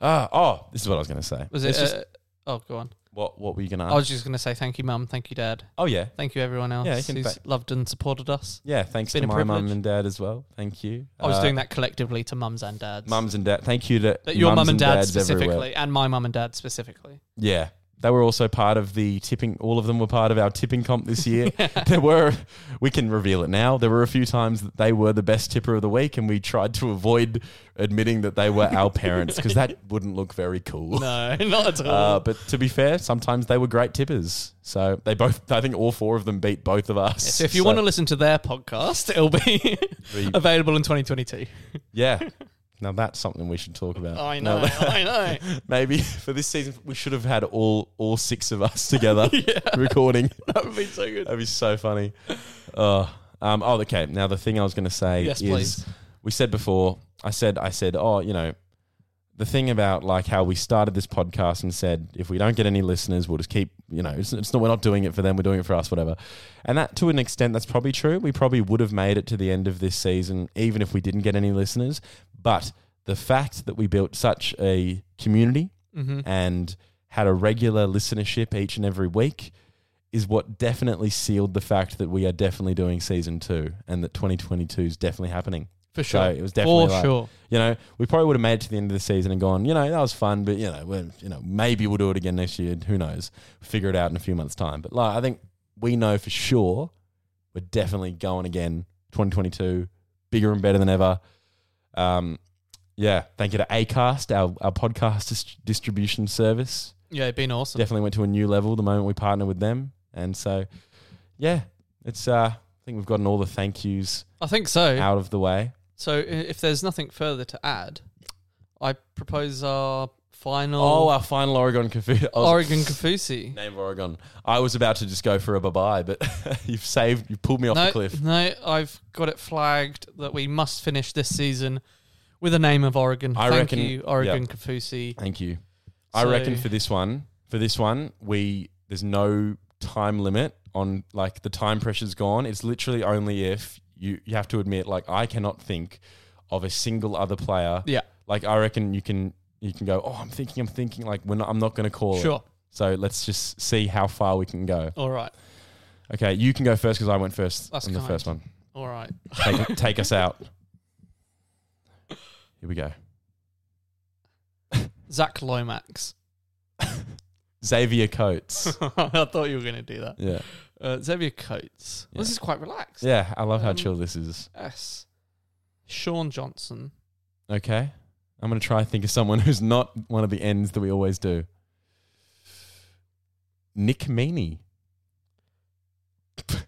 S1: Ah, oh, this is what I was going to say.
S2: it, was it?
S1: It's just-
S2: uh, oh, go on.
S1: what what were you going to
S2: I
S1: ask?
S2: was just going to say thank you, mum. Thank you, dad.
S1: Oh yeah,
S2: Thank you, everyone else
S1: Yeah, you can
S2: who's
S1: ba-
S2: loved and supported us.
S1: yeah. Thanks
S2: been
S1: to
S2: a
S1: my mum
S2: privilege. Oh,
S1: and dad as well. Thank you.
S2: I was
S1: Uh,
S2: doing that collectively to mums and dads.
S1: Mums and dad. Thank you to
S2: That your
S1: mums
S2: mum and dad
S1: dads
S2: specifically,
S1: everywhere.
S2: and my mum and dad specifically.
S1: Yeah. They were also part of the tipping. All of them were part of our tipping comp this
S2: <laughs>
S1: year. There were, we can reveal it now. There were a few times that they were the best tipper of the week, and we tried to avoid admitting that they were our parents because
S2: <laughs>
S1: that wouldn't look very cool.
S2: No, not at all.
S1: Uh, but to be fair, sometimes they were great tippers. So they both, I think all four of them beat both of us.
S2: so if you
S1: So,
S2: want to listen to their podcast,
S1: <laughs>
S2: it'll be available in 2022. <laughs>
S1: yeah. Now that's something we should talk about.
S2: I
S1: Now
S2: know,
S1: that-
S2: I know.
S1: <laughs> maybe for this season, we should have had all all six of us
S2: <laughs>
S1: together recording.
S2: That would be so
S1: <laughs>
S2: good.
S1: That'd be so funny. Uh, um, oh, okay. Now the thing I was going to say
S2: Yes,
S1: is,
S2: please.
S1: we said before. I said, I said, oh, you know, the thing about like how we started this podcast and said, if we don't get any listeners, we'll just keep, you know, it's, it's not we're not doing it for them, we're doing it for us, whatever. And that, to an extent, that's probably true. We probably would have made it to the end of this season, even if we didn't get any listeners. But the fact that we built such a community
S2: Mm-hmm.
S1: and had a regular listenership each and every week is what definitely sealed the fact that we are definitely doing season two and that 2022 is definitely happening.
S2: For
S1: So
S2: sure.
S1: it was definitely
S2: For
S1: like-
S2: sure.
S1: You know, we probably would have made it to the end of the season and gone, you know, that was fun, but you know, we're, you know, maybe we'll do it again next year. Who knows? Figure it out in a few months' time. But like, I think we know for sure we're definitely going again. 2022, bigger and better than ever. Um, yeah, thank you to Acast, our our podcast dis- distribution service
S2: Yeah, it'd been awesome.
S1: definitely went to a new level the moment we partnered with them. And so, yeah, it's. Uh, I think we've gotten all the thank yous
S2: I think so.
S1: out of the way.
S2: So i- if there's nothing further to add, I propose our final
S1: Oh, our final Oregon Kafu. I was-
S2: Oregon
S1: <laughs>
S2: Kafusi.
S1: Name of Oregon. I was about to just go for a bye bye, but <laughs> you've saved. You pulled me off
S2: no,
S1: the cliff.
S2: no, I've got it flagged that we must finish this season with a name of Oregon.
S1: I
S2: Thank
S1: reckon-
S2: you, Oregon
S1: yeah.
S2: Kafusi.
S1: Thank you. I
S2: So-
S1: reckon for this one, for this one, we there's no time limit on like the time pressure's gone. It's literally only if you you have to admit like I cannot think of a single other player.
S2: Yeah.
S1: Like I reckon you can you can go. Oh, I'm thinking. I'm thinking. Like we're not, I'm not going to call it.
S2: Sure.
S1: So let's just see how far we can go.
S2: All right.
S1: Okay, you can go first because I went first
S2: That's
S1: on the
S2: kind.
S1: first one.
S2: All right.
S1: Take, <laughs> take us out. Here we go.
S2: Zach Lomax.
S1: Xavier Coates.
S2: <laughs> I thought you were going to do that.
S1: yeah.
S2: Uh, Xavier Coates. Well, this
S1: Yeah.
S2: is quite relaxed.
S1: Yeah, I love how
S2: Um,
S1: chill this is.
S2: Yes. Sean Johnson.
S1: Okay. I'm going to try and think of someone who's not one of the ends that we always do. Nick Meaney.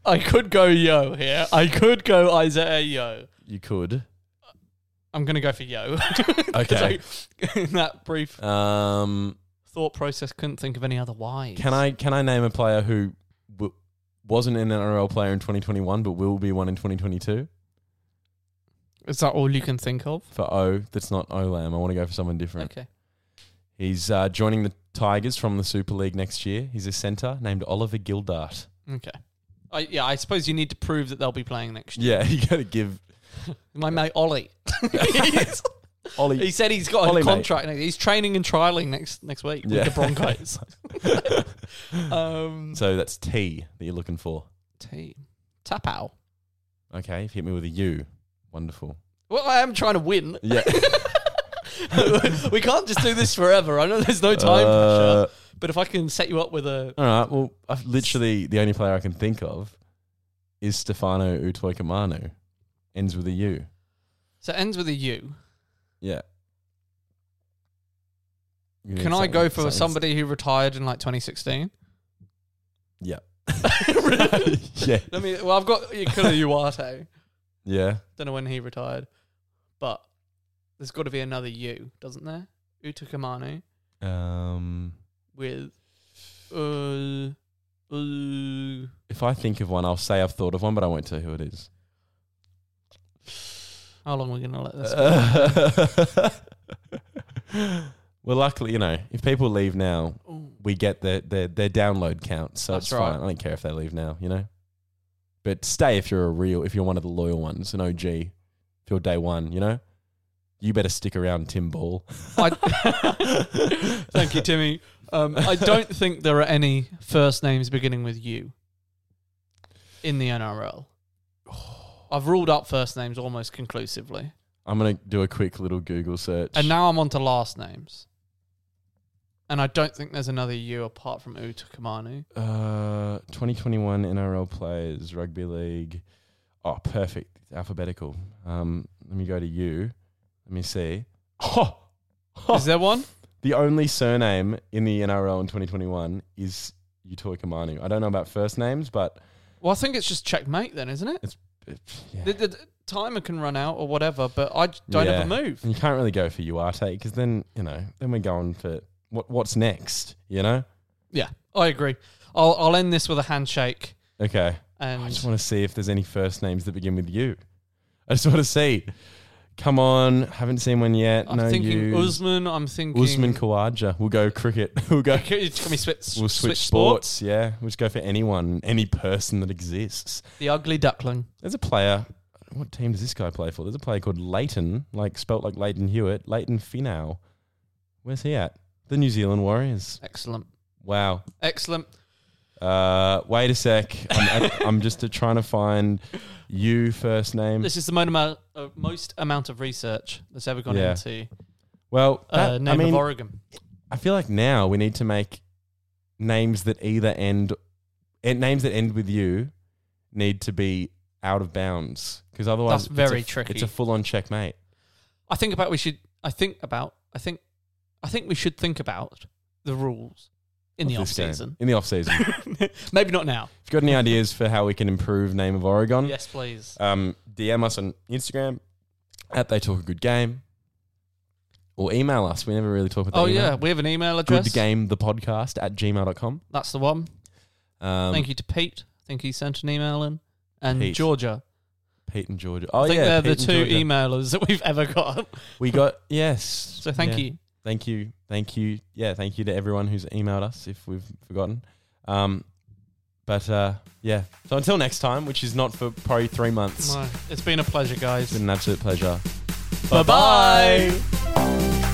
S2: I could go yo here. I could go Isaiah yo.
S1: You could.
S2: I'm going to go for yo. <laughs> 'Cause
S1: Okay.
S2: I- in <laughs> that brief
S1: Um,
S2: thought process, couldn't think of any other wise.
S1: can I can I name a player who w- wasn't an NRL player in 2021 but will be one in 2022?
S2: Is that all you can think of?
S1: For O, that's not Olam. I want to go for someone different.
S2: Okay.
S1: He's uh, joining the Tigers from the Super League next year. He's a centre named Oliver Gildart.
S2: Okay. I, yeah, I suppose you need to prove that they'll be playing next year.
S1: Yeah, <laughs> you got to give
S2: My mate
S1: <laughs>
S2: Ollie.
S1: Ollie.
S2: he said he's got
S1: Ollie,
S2: a
S1: mate.
S2: contract. next- He's training and trialing next next week
S1: <laughs> Yeah.
S2: with the
S1: <laughs>
S2: Broncos. um,
S1: so that's T that you're looking for.
S2: T. Tapau.
S1: Okay, you've hit me with a U.
S2: <laughs>
S1: Wonderful.
S2: Well, I am trying to win. <laughs>
S1: Yeah.
S2: we can't just do this forever. I know there's no time
S1: Uh,
S2: pressure, but if I can set you up with a
S1: All right. Well, I've literally the only player I can think of is Stefano Utoikamanu. Ends with a U.
S2: So it ends with a U.
S1: Yeah. You need
S2: Can I
S1: something-
S2: go for
S1: something-
S2: somebody who retired in like 2016?
S1: Yeah.
S2: <laughs> really?
S1: <laughs> Yeah.
S2: I mean, well, I've got Ikula Uwate.
S1: Yeah.
S2: Don't know when he retired, but there's got to be another U, doesn't there? Utukamanu
S1: Um,
S2: with uh, uh,
S1: if I think of one, I'll say I've thought of one, but I won't tell who it is.
S2: how long are we gonna
S1: <laughs>
S2: let this? go?
S1: well, luckily, you know, if people leave now, <laughs> we get their their, their download count, so
S2: That's
S1: it's
S2: right.
S1: fine. I don't care if they leave now, you know. But stay if you're a real, if you're one of the loyal ones, an OG, if you're day one, you know. You better stick around, Tim Ball. <laughs>
S2: I- <laughs> Thank you, Timmy. Um, I don't think there are any first names beginning with U in
S1: <sighs>
S2: the NRL. I've ruled up first names almost conclusively,
S1: I'm gonna do a quick little Google search.
S2: and now I'm on to last names. And I don't think there's another U apart from Utukamanu.
S1: Uh, 2021 NRL players, rugby league. Oh, perfect. It's alphabetical. Um, let me go to you. Let me see. Oh, oh.
S2: Is there one?
S1: the only surname in the NRL in 2021 is Utoi Kamanu. I don't know about first names, but
S2: Well, I think it's just checkmate then, isn't it?
S1: it's. it- yeah.
S2: The, the- the timer can run out or whatever, but I j- don't
S1: Yeah.
S2: ever move.
S1: And you can't really go for Uarte because then, you know, then we're going for what, what's next, you know?
S2: Yeah, I agree. I'll, I'll end this with a handshake
S1: Okay. I
S2: and
S1: just want to see if there's any first names that begin with you. I just want to see. Come on, haven't seen one yet.
S2: I'm
S1: no,
S2: thinking
S1: you.
S2: Usman. I'm thinking
S1: Usman Khawaja. We'll go cricket. <laughs> We'll go.
S2: Can we switch,
S1: We'll
S2: switch
S1: switch
S2: sports?
S1: sports. Yeah, we'll just go for anyone, any person that exists.
S2: The ugly duckling.
S1: There's a player. What team does this guy play for? There's a player called Leighton, like spelt like Leighton Hewitt. Leighton Finau. Where's he at? The New Zealand Warriors.
S2: Excellent.
S1: Wow.
S2: Excellent.
S1: Uh, wait a sec. I'm,
S2: <laughs>
S1: I'm just trying to find you first name.
S2: This is the most amount, uh, most amount of research that's ever gone
S1: Yeah.
S2: into
S1: Well,
S2: uh,
S1: that-
S2: name
S1: I
S2: of
S1: mean,
S2: Oregon.
S1: I feel like now we need to make names that either end, and names that end with you, need to be out of bounds because otherwise
S2: That's very
S1: it's a,
S2: tricky.
S1: It's a full-on checkmate.
S2: I think about we should. I think about. I think. I think we should think about the rules in
S1: of
S2: the off
S1: this game.
S2: season.
S1: In the off season, if
S2: <laughs> Maybe not now.
S1: you've got any ideas for how we can improve name of Oregon,
S2: Yes, please.
S1: um, DM us on Instagram at They Talk a Good Game, or email us. We never really talk about.
S2: Oh
S1: email.
S2: yeah, we have an email address.
S1: Good Game the podcast at gmail.com.
S2: That's the one.
S1: Um,
S2: Thank you to Pete. I think he sent an email in. And
S1: Pete.
S2: Georgia.
S1: Pete and Georgia. Oh
S2: I think
S1: yeah,
S2: they're
S1: Pete
S2: the
S1: and
S2: two
S1: Georgia.
S2: emailers that we've ever got. <laughs>
S1: We got yes.
S2: So thank
S1: Yeah.
S2: you.
S1: Thank you, thank you. Yeah, thank you to everyone who's emailed us. If we've forgotten, um, but uh, yeah. So until next time, which is not for probably three months.
S2: No, it's been a pleasure, guys.
S1: It's been an absolute pleasure.
S2: Bye-bye.